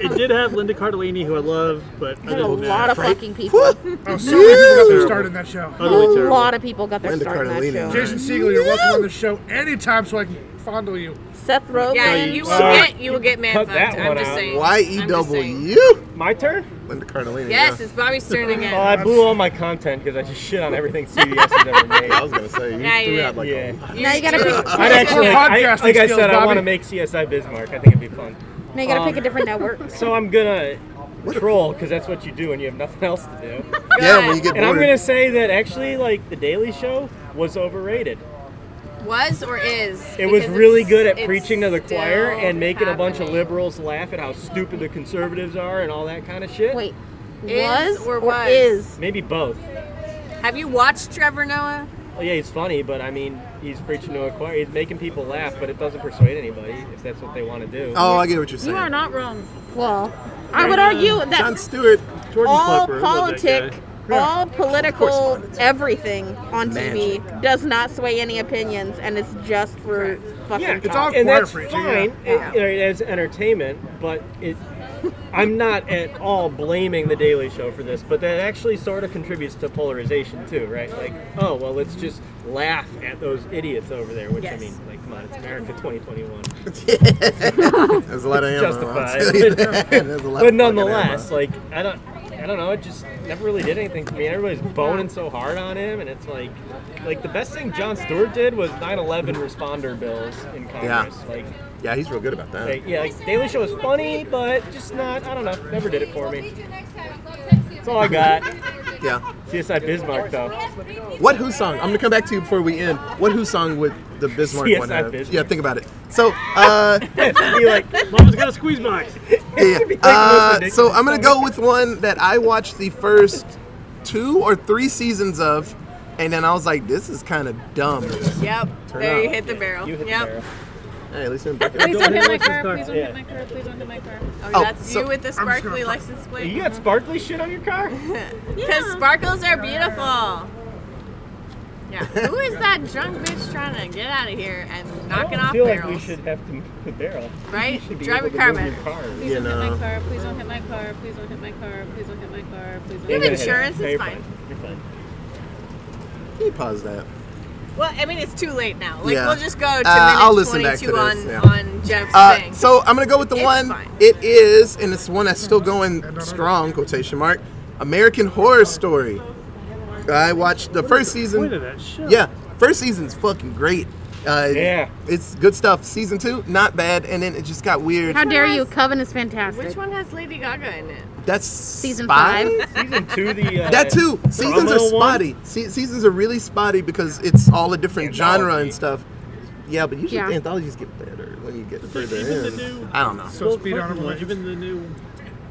[SPEAKER 7] it did have Linda Cardellini, who I love, but
[SPEAKER 4] a
[SPEAKER 7] other than
[SPEAKER 4] lot
[SPEAKER 7] that,
[SPEAKER 4] of fucking people.
[SPEAKER 3] Oh, so many people got their start in that show.
[SPEAKER 4] A
[SPEAKER 7] utterly terrible.
[SPEAKER 4] lot of people got their
[SPEAKER 1] Linda
[SPEAKER 4] start in
[SPEAKER 1] Cardellini.
[SPEAKER 4] that show.
[SPEAKER 3] Jason Segel, you're welcome on the show anytime, so I can fondle you.
[SPEAKER 4] Seth Rogen.
[SPEAKER 2] Yeah,
[SPEAKER 7] Okay.
[SPEAKER 2] you will
[SPEAKER 7] Sorry.
[SPEAKER 2] get you will get man
[SPEAKER 5] Cut
[SPEAKER 2] fucked.
[SPEAKER 5] that
[SPEAKER 2] I'm
[SPEAKER 5] one
[SPEAKER 2] just
[SPEAKER 5] out.
[SPEAKER 2] saying.
[SPEAKER 1] Y
[SPEAKER 2] I'm
[SPEAKER 1] E
[SPEAKER 2] just
[SPEAKER 1] double
[SPEAKER 2] saying.
[SPEAKER 1] U.
[SPEAKER 5] My turn?
[SPEAKER 1] Linda Cardellini.
[SPEAKER 2] Yes,
[SPEAKER 1] yeah.
[SPEAKER 2] it's Bobby's turn
[SPEAKER 5] Well, I
[SPEAKER 2] again.
[SPEAKER 5] blew all my content because I just shit on everything CBS has ever made.
[SPEAKER 1] I was gonna say you
[SPEAKER 2] Yeah, you
[SPEAKER 1] threw
[SPEAKER 2] did.
[SPEAKER 1] out like a
[SPEAKER 5] Yeah.
[SPEAKER 4] Now you gotta pick.
[SPEAKER 5] I'd actually, I,
[SPEAKER 3] podcasting
[SPEAKER 5] like I
[SPEAKER 3] skills,
[SPEAKER 5] said, I
[SPEAKER 3] Bobby.
[SPEAKER 5] want to make CSI Bismarck. I think it'd be fun.
[SPEAKER 4] Now you gotta pick a
[SPEAKER 5] Um,
[SPEAKER 4] different network.
[SPEAKER 5] So I'm gonna troll because that's what you do when you have nothing else to do.
[SPEAKER 1] yeah. When you get
[SPEAKER 5] And I'm
[SPEAKER 1] bored,
[SPEAKER 5] gonna say that actually, like the Daily Show was overrated.
[SPEAKER 2] Was or is?
[SPEAKER 5] It was
[SPEAKER 2] Because
[SPEAKER 5] really
[SPEAKER 2] it's-
[SPEAKER 5] good at
[SPEAKER 2] it's
[SPEAKER 5] preaching to the choir
[SPEAKER 2] still
[SPEAKER 5] and making a bunch of
[SPEAKER 2] happening.
[SPEAKER 5] liberals laugh at how stupid the conservatives are and all that kind of shit.
[SPEAKER 4] Wait,
[SPEAKER 2] Is
[SPEAKER 4] was
[SPEAKER 2] or was?
[SPEAKER 4] is?
[SPEAKER 5] Maybe both.
[SPEAKER 2] Have you watched Trevor Noah?
[SPEAKER 5] Well, yeah, he's funny, but I mean, he's preaching to a choir. He's making people laugh, but it doesn't persuade anybody if that's what they want to do.
[SPEAKER 1] oh, I get what you're saying.
[SPEAKER 6] You are not wrong.
[SPEAKER 4] Well, I would argue
[SPEAKER 1] John
[SPEAKER 4] that
[SPEAKER 1] Stewart.
[SPEAKER 7] Jordan
[SPEAKER 4] all
[SPEAKER 7] Klepper, I love that
[SPEAKER 4] politic,
[SPEAKER 7] guy.
[SPEAKER 4] all political,
[SPEAKER 1] Correspondence.
[SPEAKER 4] everything on
[SPEAKER 1] Magic.
[SPEAKER 4] TV does not sway any opinions, and it's just for fucking.
[SPEAKER 5] yeah,
[SPEAKER 3] all
[SPEAKER 4] talk.
[SPEAKER 5] and
[SPEAKER 3] choir
[SPEAKER 5] that's
[SPEAKER 3] preaching,
[SPEAKER 5] fine
[SPEAKER 4] yeah.
[SPEAKER 5] it- you know, as entertainment, but it. I'm not at all blaming the Daily Show for this, but that actually sort of contributes to polarization too, right? Like, oh well, let's just laugh at those idiots over there. Which I
[SPEAKER 2] Yes.
[SPEAKER 5] mean, like, come on, it's America
[SPEAKER 4] Mm-hmm.
[SPEAKER 5] 2021.
[SPEAKER 1] There's a lot of ammo. I'll
[SPEAKER 5] Justified.
[SPEAKER 1] tell you that. There's a lot of
[SPEAKER 5] but
[SPEAKER 1] fucking
[SPEAKER 5] nonetheless,
[SPEAKER 1] ammo.
[SPEAKER 5] like I don't. I don't know. It just never really did anything for me. Everybody's boning so hard on him, and it's like, like the best thing John Stewart did was 9/11 responder bills in Congress. Like,
[SPEAKER 1] Yeah, he's real good about that.
[SPEAKER 5] like, yeah, like, Daily Show is funny, but just not. I don't know. Never did it for me.
[SPEAKER 8] That's
[SPEAKER 5] all I got.
[SPEAKER 1] Yeah.
[SPEAKER 5] CSI Bismarck though.
[SPEAKER 1] What Who song? I'm gonna come back to you before we end. What Who song would the Bismarck
[SPEAKER 5] CSI
[SPEAKER 1] one have?
[SPEAKER 5] Bismarck.
[SPEAKER 1] Yeah, think about it. So, uh,
[SPEAKER 5] Be like,
[SPEAKER 7] Mama's got a squeeze box.
[SPEAKER 1] yeah,
[SPEAKER 5] be like the most
[SPEAKER 1] uh,
[SPEAKER 5] ridiculous
[SPEAKER 1] so I'm gonna go with one that I watched the first two or three seasons of, and then I was like, this is kind of dumb.
[SPEAKER 2] Yep. there you
[SPEAKER 1] up.
[SPEAKER 2] hit the barrel.
[SPEAKER 5] you hit the
[SPEAKER 2] yep.
[SPEAKER 5] barrel.
[SPEAKER 1] Hey, at least I'm
[SPEAKER 6] Please don't hit my
[SPEAKER 7] Alexis
[SPEAKER 6] car.
[SPEAKER 7] car.
[SPEAKER 6] Please don't
[SPEAKER 5] Yeah.
[SPEAKER 6] hit my car. Please don't hit my car.
[SPEAKER 2] Oh,
[SPEAKER 1] Oh,
[SPEAKER 2] that's
[SPEAKER 1] so-
[SPEAKER 2] you with the
[SPEAKER 3] gonna
[SPEAKER 2] sparkly
[SPEAKER 3] fuck.
[SPEAKER 2] license plate.
[SPEAKER 5] You got sparkly shit on your car?
[SPEAKER 2] Because sparkles are beautiful. Yeah. Who is that drunk bitch trying to get out of here and knocking
[SPEAKER 5] I
[SPEAKER 2] off
[SPEAKER 5] feel
[SPEAKER 2] barrels?
[SPEAKER 5] like we should have to move the barrel.
[SPEAKER 2] right?
[SPEAKER 5] You should be
[SPEAKER 2] Drive a
[SPEAKER 5] able to
[SPEAKER 2] car
[SPEAKER 5] move your
[SPEAKER 2] back.
[SPEAKER 5] car.
[SPEAKER 6] Please
[SPEAKER 1] You
[SPEAKER 6] don't hit
[SPEAKER 1] know.
[SPEAKER 6] my car. Please don't hit my car. Please don't hit my car. Please don't hit my car. Please don't
[SPEAKER 2] You have
[SPEAKER 5] You're gonna
[SPEAKER 6] hit my
[SPEAKER 5] hit it.
[SPEAKER 2] insurance,
[SPEAKER 5] No,
[SPEAKER 2] it's
[SPEAKER 5] you're
[SPEAKER 2] fine.
[SPEAKER 5] You're fine.
[SPEAKER 1] Can you pause that?
[SPEAKER 2] Well, I mean, it's too late now. Like,
[SPEAKER 1] Yeah.
[SPEAKER 2] we'll just go to minute
[SPEAKER 1] Uh, I'll listen back to
[SPEAKER 2] 22 on,
[SPEAKER 1] this, yeah.
[SPEAKER 2] on Jeff's
[SPEAKER 1] Uh,
[SPEAKER 2] thing.
[SPEAKER 1] so I'm gonna go with the
[SPEAKER 2] It's
[SPEAKER 1] one.
[SPEAKER 2] fine.
[SPEAKER 1] It is, and it's one that's still going strong. Quotation mark. American Horror Story. I watched the first
[SPEAKER 7] Point
[SPEAKER 1] season.
[SPEAKER 7] of that show.
[SPEAKER 1] Yeah, first season's fucking great. Uh,
[SPEAKER 5] Yeah.
[SPEAKER 1] it's good stuff. Season two, not bad, and then it just got weird.
[SPEAKER 4] How dare you? Coven is fantastic.
[SPEAKER 2] Which one has Lady Gaga in it?
[SPEAKER 1] That's
[SPEAKER 4] Season
[SPEAKER 1] spotty.
[SPEAKER 5] Season two, the uh,
[SPEAKER 1] That too. Seasons are
[SPEAKER 5] Phenomenal one?
[SPEAKER 1] spotty. Se- seasons are really spotty because it's all a different genre and
[SPEAKER 5] Anthology.
[SPEAKER 1] stuff. Yeah, but usually
[SPEAKER 4] Yeah.
[SPEAKER 1] anthologies get better when you get further
[SPEAKER 7] Even the
[SPEAKER 1] in.
[SPEAKER 7] new-
[SPEAKER 1] I don't know.
[SPEAKER 3] So
[SPEAKER 7] Well,
[SPEAKER 3] speed honorable
[SPEAKER 7] fucking,
[SPEAKER 3] mentions.
[SPEAKER 7] Even the new.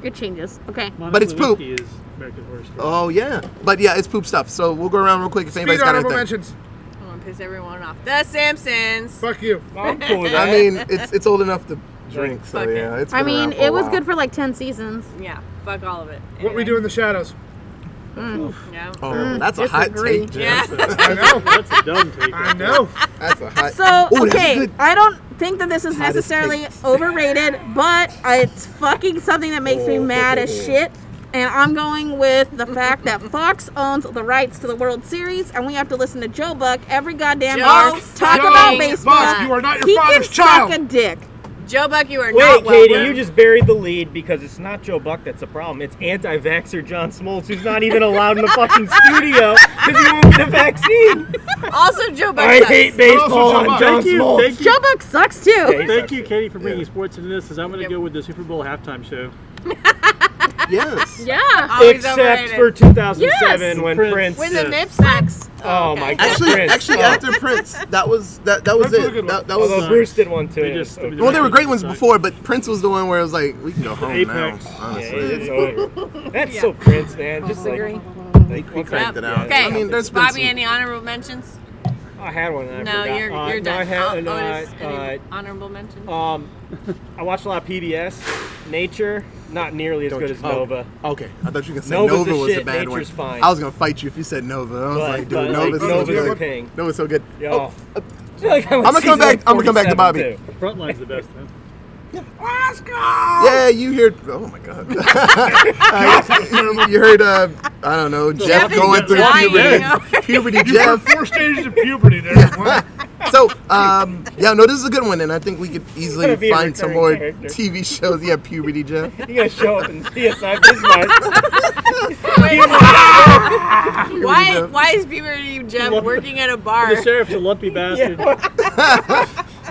[SPEAKER 4] It changes. Okay.
[SPEAKER 7] Monica
[SPEAKER 1] But it's poop.
[SPEAKER 7] Lewinsky Is American Horror Story.
[SPEAKER 1] Oh yeah, but yeah, it's poop stuff. So we'll go around real quick if anybody's
[SPEAKER 3] Speed
[SPEAKER 1] got
[SPEAKER 3] honorable
[SPEAKER 1] anything.
[SPEAKER 3] mentions.
[SPEAKER 2] I'm going to piss everyone off. The Simpsons.
[SPEAKER 3] Fuck you.
[SPEAKER 5] I'm cool with that.
[SPEAKER 1] I mean, it's it's old enough to drink, so
[SPEAKER 2] Fuck it.
[SPEAKER 1] yeah. It's
[SPEAKER 4] I
[SPEAKER 1] been
[SPEAKER 4] mean,
[SPEAKER 1] around for a
[SPEAKER 4] it was
[SPEAKER 1] while.
[SPEAKER 4] good for like 10 seasons.
[SPEAKER 2] Yeah, fuck all of it.
[SPEAKER 3] What we do in the shadows.
[SPEAKER 2] Yeah.
[SPEAKER 1] Oh, that's a hot
[SPEAKER 4] disagree.
[SPEAKER 1] take.
[SPEAKER 2] Yeah.
[SPEAKER 1] Jeff.
[SPEAKER 3] I know.
[SPEAKER 7] That's a dumb take.
[SPEAKER 3] I know.
[SPEAKER 1] That's a hot.
[SPEAKER 4] So,
[SPEAKER 1] Ooh, that's a
[SPEAKER 4] okay,
[SPEAKER 1] good-
[SPEAKER 4] I don't think that this is
[SPEAKER 1] Hottest
[SPEAKER 4] necessarily
[SPEAKER 1] takes.
[SPEAKER 4] overrated, but it's fucking something that makes me
[SPEAKER 1] Oh.
[SPEAKER 4] mad as shit. And I'm going with the fact that Fox owns the rights to the World Series, and we have to listen to Joe Buck every goddamn
[SPEAKER 2] Joe
[SPEAKER 4] hour talk
[SPEAKER 2] fucking
[SPEAKER 4] about baseball.
[SPEAKER 3] Buck, you are not your
[SPEAKER 4] he
[SPEAKER 3] father's
[SPEAKER 4] can
[SPEAKER 3] child.
[SPEAKER 4] suck a dick.
[SPEAKER 2] Joe Buck, you are
[SPEAKER 5] Wait,
[SPEAKER 2] not well
[SPEAKER 5] Katie, you just buried the lead because it's not Joe Buck that's the problem. It's anti-vaxxer John Smoltz who's not even allowed in the fucking studio because he won't get a vaccine.
[SPEAKER 2] Also, Joe Buck
[SPEAKER 5] I
[SPEAKER 2] sucks.
[SPEAKER 5] hate
[SPEAKER 3] Also,
[SPEAKER 5] baseball
[SPEAKER 3] Joe
[SPEAKER 5] on
[SPEAKER 3] Buck.
[SPEAKER 5] John
[SPEAKER 7] Thank you.
[SPEAKER 5] Smoltz.
[SPEAKER 7] Thank you.
[SPEAKER 4] Joe Buck sucks too.
[SPEAKER 5] Yeah, he
[SPEAKER 7] Thank
[SPEAKER 5] sucks.
[SPEAKER 7] you, Katie, for bringing sports into this. As I'm going to
[SPEAKER 2] Yep.
[SPEAKER 7] go with the Super Bowl halftime show.
[SPEAKER 1] Yes.
[SPEAKER 4] Yeah.
[SPEAKER 2] Always
[SPEAKER 5] Except
[SPEAKER 2] overrated.
[SPEAKER 5] for 2007
[SPEAKER 4] Yes.
[SPEAKER 5] when
[SPEAKER 7] Prince.
[SPEAKER 5] Prince.
[SPEAKER 2] When
[SPEAKER 5] uh,
[SPEAKER 2] the nip sucks.
[SPEAKER 5] Oh my God,
[SPEAKER 1] Actually,
[SPEAKER 5] Prince.
[SPEAKER 1] actually,
[SPEAKER 5] Oh.
[SPEAKER 1] after Prince, that was that that Uh, was
[SPEAKER 7] Prince was a
[SPEAKER 1] it.
[SPEAKER 7] good one.
[SPEAKER 1] that, that was. uh,
[SPEAKER 5] Although Bruce did one too.
[SPEAKER 7] They just-
[SPEAKER 5] So-
[SPEAKER 1] well, there were great ones before, but Prince was the one where it was like we can go home
[SPEAKER 7] Apex.
[SPEAKER 1] now.
[SPEAKER 5] Yeah,
[SPEAKER 1] Honestly,
[SPEAKER 5] it's
[SPEAKER 1] It's-
[SPEAKER 5] over. That's so Prince, man. Just like,
[SPEAKER 4] Disagree.
[SPEAKER 5] like
[SPEAKER 1] we cranked it out.
[SPEAKER 2] Okay.
[SPEAKER 1] I mean, there's been
[SPEAKER 2] Bobby,
[SPEAKER 1] some-
[SPEAKER 2] any honorable mentions?
[SPEAKER 5] I had one. And
[SPEAKER 2] no,
[SPEAKER 5] I forgot.
[SPEAKER 2] you're,
[SPEAKER 5] Uh,
[SPEAKER 2] you're
[SPEAKER 5] no, I
[SPEAKER 2] done.
[SPEAKER 5] had,
[SPEAKER 2] O-
[SPEAKER 5] and, uh,
[SPEAKER 2] Otis, any
[SPEAKER 5] uh,
[SPEAKER 2] honorable mentions?
[SPEAKER 5] Um, I watch a lot of PBS. Nature, not nearly as
[SPEAKER 1] Don't
[SPEAKER 5] good
[SPEAKER 1] you-
[SPEAKER 5] as
[SPEAKER 1] oh.
[SPEAKER 5] Nova.
[SPEAKER 1] Okay, I thought you were gonna say
[SPEAKER 5] Nova's
[SPEAKER 1] Nova
[SPEAKER 5] the
[SPEAKER 1] was a
[SPEAKER 5] shit,
[SPEAKER 1] bad one.
[SPEAKER 5] nature's fine.
[SPEAKER 1] I was gonna fight you if you said Nova. I was
[SPEAKER 5] But-
[SPEAKER 1] like, dude,
[SPEAKER 5] but, like,
[SPEAKER 1] Nova's, so
[SPEAKER 5] Nova's
[SPEAKER 1] good.
[SPEAKER 5] the king.
[SPEAKER 1] Nova's so good.
[SPEAKER 5] Oh. I'm
[SPEAKER 1] I'ma come back- I'ma come back to Bobby.
[SPEAKER 7] Frontline's the best. Though.
[SPEAKER 1] Yeah, you heard. Oh my god. Uh, you, you heard. Uh, I don't know. Jeff,
[SPEAKER 2] Jeff is
[SPEAKER 1] going through
[SPEAKER 2] dying
[SPEAKER 1] puberty.
[SPEAKER 2] over
[SPEAKER 1] puberty, Jeff.
[SPEAKER 3] Four stages of puberty there. What?
[SPEAKER 1] So, um, yeah, no, this is a good one, and I think we could easily
[SPEAKER 5] Gonna be a
[SPEAKER 1] find some
[SPEAKER 5] recurring
[SPEAKER 1] more
[SPEAKER 5] character.
[SPEAKER 1] TV shows. Yeah, puberty, Jeff.
[SPEAKER 5] You gotta show up in CSI Bismarck.
[SPEAKER 2] Why?
[SPEAKER 1] go.
[SPEAKER 2] Why is puberty Jeff working at a bar?
[SPEAKER 7] The sheriff's a lumpy bastard.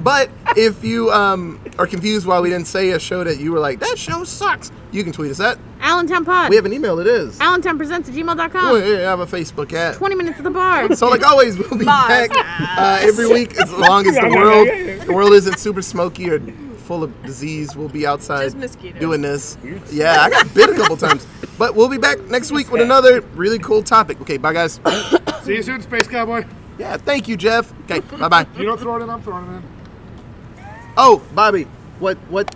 [SPEAKER 1] But if you um, are confused why we didn't say a show that you were like, that show sucks, you can tweet us at.
[SPEAKER 4] Allentown Pod.
[SPEAKER 1] We have an email. It is.
[SPEAKER 4] Allentown Presents at
[SPEAKER 1] We
[SPEAKER 2] Uh-huh.
[SPEAKER 4] gmail.com.
[SPEAKER 1] have a Facebook at.
[SPEAKER 4] 20 minutes at the bar.
[SPEAKER 1] So, like always, we'll be back uh, every week as long as the world the world isn't super smoky or full of disease. We'll be outside
[SPEAKER 2] Just mosquitoes.
[SPEAKER 1] doing this. Yeah, I got bit a couple times, but we'll be back next week with another really cool topic. Okay, bye guys.
[SPEAKER 3] See you soon, Space Cowboy.
[SPEAKER 1] Yeah, thank you, Jeff. Okay, bye bye.
[SPEAKER 3] You don't throw it in, I'm throwing it in.
[SPEAKER 1] Oh, Bobby, what what?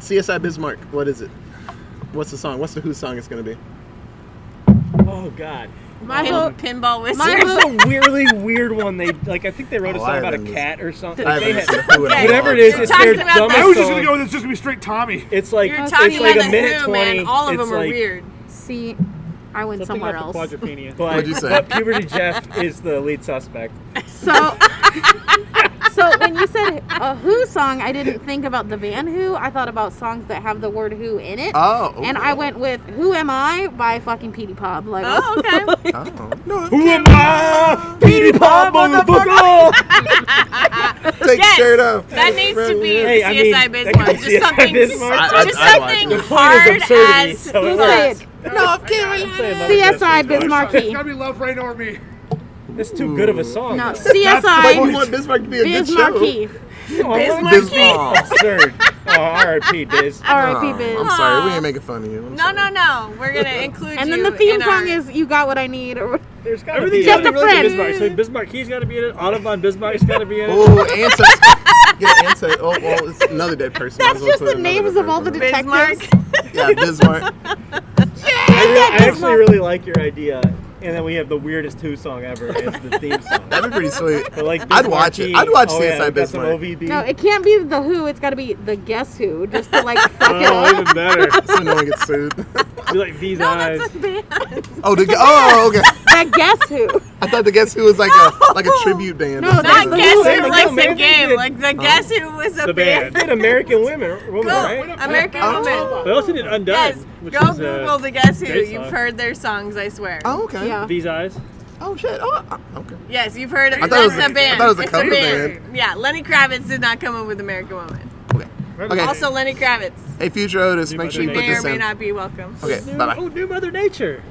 [SPEAKER 1] CSI Bismarck. What is it? What's the song? What's the Who song? It's gonna be.
[SPEAKER 5] Oh God.
[SPEAKER 4] My
[SPEAKER 2] Pin-
[SPEAKER 4] vote.
[SPEAKER 2] pinball whistle.
[SPEAKER 4] My
[SPEAKER 5] There's
[SPEAKER 4] vote.
[SPEAKER 5] a weirdly weird one. They like I think they wrote a
[SPEAKER 1] Oh,
[SPEAKER 5] song
[SPEAKER 1] I
[SPEAKER 5] about a
[SPEAKER 1] haven't
[SPEAKER 5] cat or something.
[SPEAKER 1] I
[SPEAKER 5] Like, they
[SPEAKER 1] haven't listened
[SPEAKER 5] had,
[SPEAKER 1] to Who in a
[SPEAKER 5] whatever
[SPEAKER 1] long
[SPEAKER 5] it is,
[SPEAKER 1] time.
[SPEAKER 5] it's
[SPEAKER 2] talked
[SPEAKER 5] their
[SPEAKER 2] about that.
[SPEAKER 5] dumbest
[SPEAKER 3] I was just gonna
[SPEAKER 5] song.
[SPEAKER 3] go with it's just gonna be straight Tommy.
[SPEAKER 5] It's like
[SPEAKER 2] You're
[SPEAKER 5] it's
[SPEAKER 2] talking
[SPEAKER 5] like
[SPEAKER 2] about
[SPEAKER 5] a
[SPEAKER 2] a
[SPEAKER 5] minute
[SPEAKER 2] who,
[SPEAKER 5] twenty.
[SPEAKER 2] man. All of
[SPEAKER 5] it's
[SPEAKER 2] them are
[SPEAKER 5] like-
[SPEAKER 2] weird.
[SPEAKER 4] See, I went
[SPEAKER 7] Something
[SPEAKER 4] somewhere
[SPEAKER 7] about
[SPEAKER 4] else.
[SPEAKER 7] the quadrophenia.
[SPEAKER 5] But,
[SPEAKER 1] What'd you say?
[SPEAKER 5] but puberty Jeff is the lead suspect.
[SPEAKER 4] So, so So when you said a Who song, I didn't think about the band Who. I thought about songs that have the word Who in it.
[SPEAKER 1] Oh,
[SPEAKER 4] And I went with "Who Am I" by fucking Petey Pop. Like,
[SPEAKER 2] Oh, okay.
[SPEAKER 1] Oh. No,
[SPEAKER 5] Who am I? Petey Pie, motherfucker!
[SPEAKER 1] take
[SPEAKER 2] Yes.
[SPEAKER 1] shirt off.
[SPEAKER 2] That needs to be
[SPEAKER 5] Hey,
[SPEAKER 2] the CSI
[SPEAKER 5] I mean, that
[SPEAKER 2] Bismarck.
[SPEAKER 5] could be
[SPEAKER 2] Just
[SPEAKER 5] CSI
[SPEAKER 2] something,
[SPEAKER 5] Bismarck.
[SPEAKER 8] I-
[SPEAKER 2] just
[SPEAKER 8] I- I like
[SPEAKER 2] something
[SPEAKER 8] it. The
[SPEAKER 5] point
[SPEAKER 2] hard
[SPEAKER 5] is absurdity,
[SPEAKER 2] as
[SPEAKER 5] so it
[SPEAKER 4] Sick.
[SPEAKER 5] works.
[SPEAKER 1] North Carolina.
[SPEAKER 4] CSI Bismarck.
[SPEAKER 3] It's gotta be Love Rain or Me.
[SPEAKER 5] That's too good of a song.
[SPEAKER 4] No,
[SPEAKER 1] But you want
[SPEAKER 4] CSI
[SPEAKER 1] Bismarck to be a good show.
[SPEAKER 4] Bismarcky.
[SPEAKER 1] Bismarck.
[SPEAKER 5] Absurd. Oh, R.I.P. Biz.
[SPEAKER 4] R.I.P. Biz.
[SPEAKER 1] I'm sorry, we ain't making fun of you. I'm
[SPEAKER 2] No,
[SPEAKER 1] sorry.
[SPEAKER 2] no, no. We're gonna include
[SPEAKER 4] And
[SPEAKER 2] you.
[SPEAKER 4] then the theme
[SPEAKER 2] in our-
[SPEAKER 4] song is "You Got What I Need." Or
[SPEAKER 5] There's got to
[SPEAKER 7] Everything's
[SPEAKER 5] be.
[SPEAKER 7] got to
[SPEAKER 4] a
[SPEAKER 7] be related
[SPEAKER 4] friend.
[SPEAKER 7] to Bismarck. So Bismarck, he's got to be in it. Audubon Bismarck's got to be in it.
[SPEAKER 1] Oh, answer. Get answer. Oh, well, it's another dead person. I
[SPEAKER 4] that's
[SPEAKER 1] was gonna
[SPEAKER 4] just
[SPEAKER 1] put
[SPEAKER 4] the
[SPEAKER 1] another
[SPEAKER 4] names of all the
[SPEAKER 1] person.
[SPEAKER 4] detectives.
[SPEAKER 1] Yeah, Bismarck.
[SPEAKER 5] I, re- I actually really like your idea. And then we have the weirdest Who song ever as the theme song.
[SPEAKER 1] That'd be pretty sweet.
[SPEAKER 5] But like,
[SPEAKER 1] I'd watch it.
[SPEAKER 5] Bismarcky-
[SPEAKER 1] I'd watch
[SPEAKER 5] oh, yeah,
[SPEAKER 1] CSI
[SPEAKER 5] we've got some
[SPEAKER 1] Bismarck.
[SPEAKER 5] OVB.
[SPEAKER 4] No, it can't be the Who. It's got to be the Guess Who, just to like fuck it
[SPEAKER 7] Oh,
[SPEAKER 4] up.
[SPEAKER 7] even better.
[SPEAKER 1] So no one gets sued.
[SPEAKER 7] Be like these eyes.
[SPEAKER 1] Oh, the, oh, okay.
[SPEAKER 4] The Guess Who.
[SPEAKER 1] I thought the Guess Who was like a like a tribute band.
[SPEAKER 4] No,
[SPEAKER 1] or
[SPEAKER 4] not
[SPEAKER 1] something.
[SPEAKER 2] Not guess
[SPEAKER 5] Hey,
[SPEAKER 2] who
[SPEAKER 5] no,
[SPEAKER 2] likes the
[SPEAKER 5] man, they
[SPEAKER 2] game.
[SPEAKER 5] did-
[SPEAKER 2] Like the guess who was a
[SPEAKER 7] the
[SPEAKER 2] band.
[SPEAKER 7] band.
[SPEAKER 5] Good American women, woman,
[SPEAKER 2] Go,
[SPEAKER 5] right?
[SPEAKER 2] American
[SPEAKER 1] Oh.
[SPEAKER 2] Woman.
[SPEAKER 7] We also did Undone.
[SPEAKER 2] Yes,
[SPEAKER 7] which
[SPEAKER 2] go
[SPEAKER 7] was, uh,
[SPEAKER 2] Google the guess who.
[SPEAKER 7] great
[SPEAKER 2] You've
[SPEAKER 7] song.
[SPEAKER 2] heard their songs, I swear.
[SPEAKER 1] Oh, okay.
[SPEAKER 4] Yeah.
[SPEAKER 7] These eyes.
[SPEAKER 1] Oh shit. Oh, uh, okay.
[SPEAKER 2] Yes, you've heard.
[SPEAKER 1] thought it
[SPEAKER 2] that's
[SPEAKER 1] was a-
[SPEAKER 2] a band.
[SPEAKER 1] I thought it was a
[SPEAKER 2] it's
[SPEAKER 1] cover
[SPEAKER 2] a band. Yeah, Lenny Kravitz did not come up with American Woman.
[SPEAKER 1] Okay. Okay.
[SPEAKER 2] Also, Lenny Kravitz
[SPEAKER 1] hey, future Otis, make sure you put
[SPEAKER 2] may or
[SPEAKER 1] this
[SPEAKER 2] may
[SPEAKER 1] in.
[SPEAKER 2] not be welcome.
[SPEAKER 1] Okay.
[SPEAKER 7] New,
[SPEAKER 1] Bye bye.
[SPEAKER 7] oh, new Mother Nature.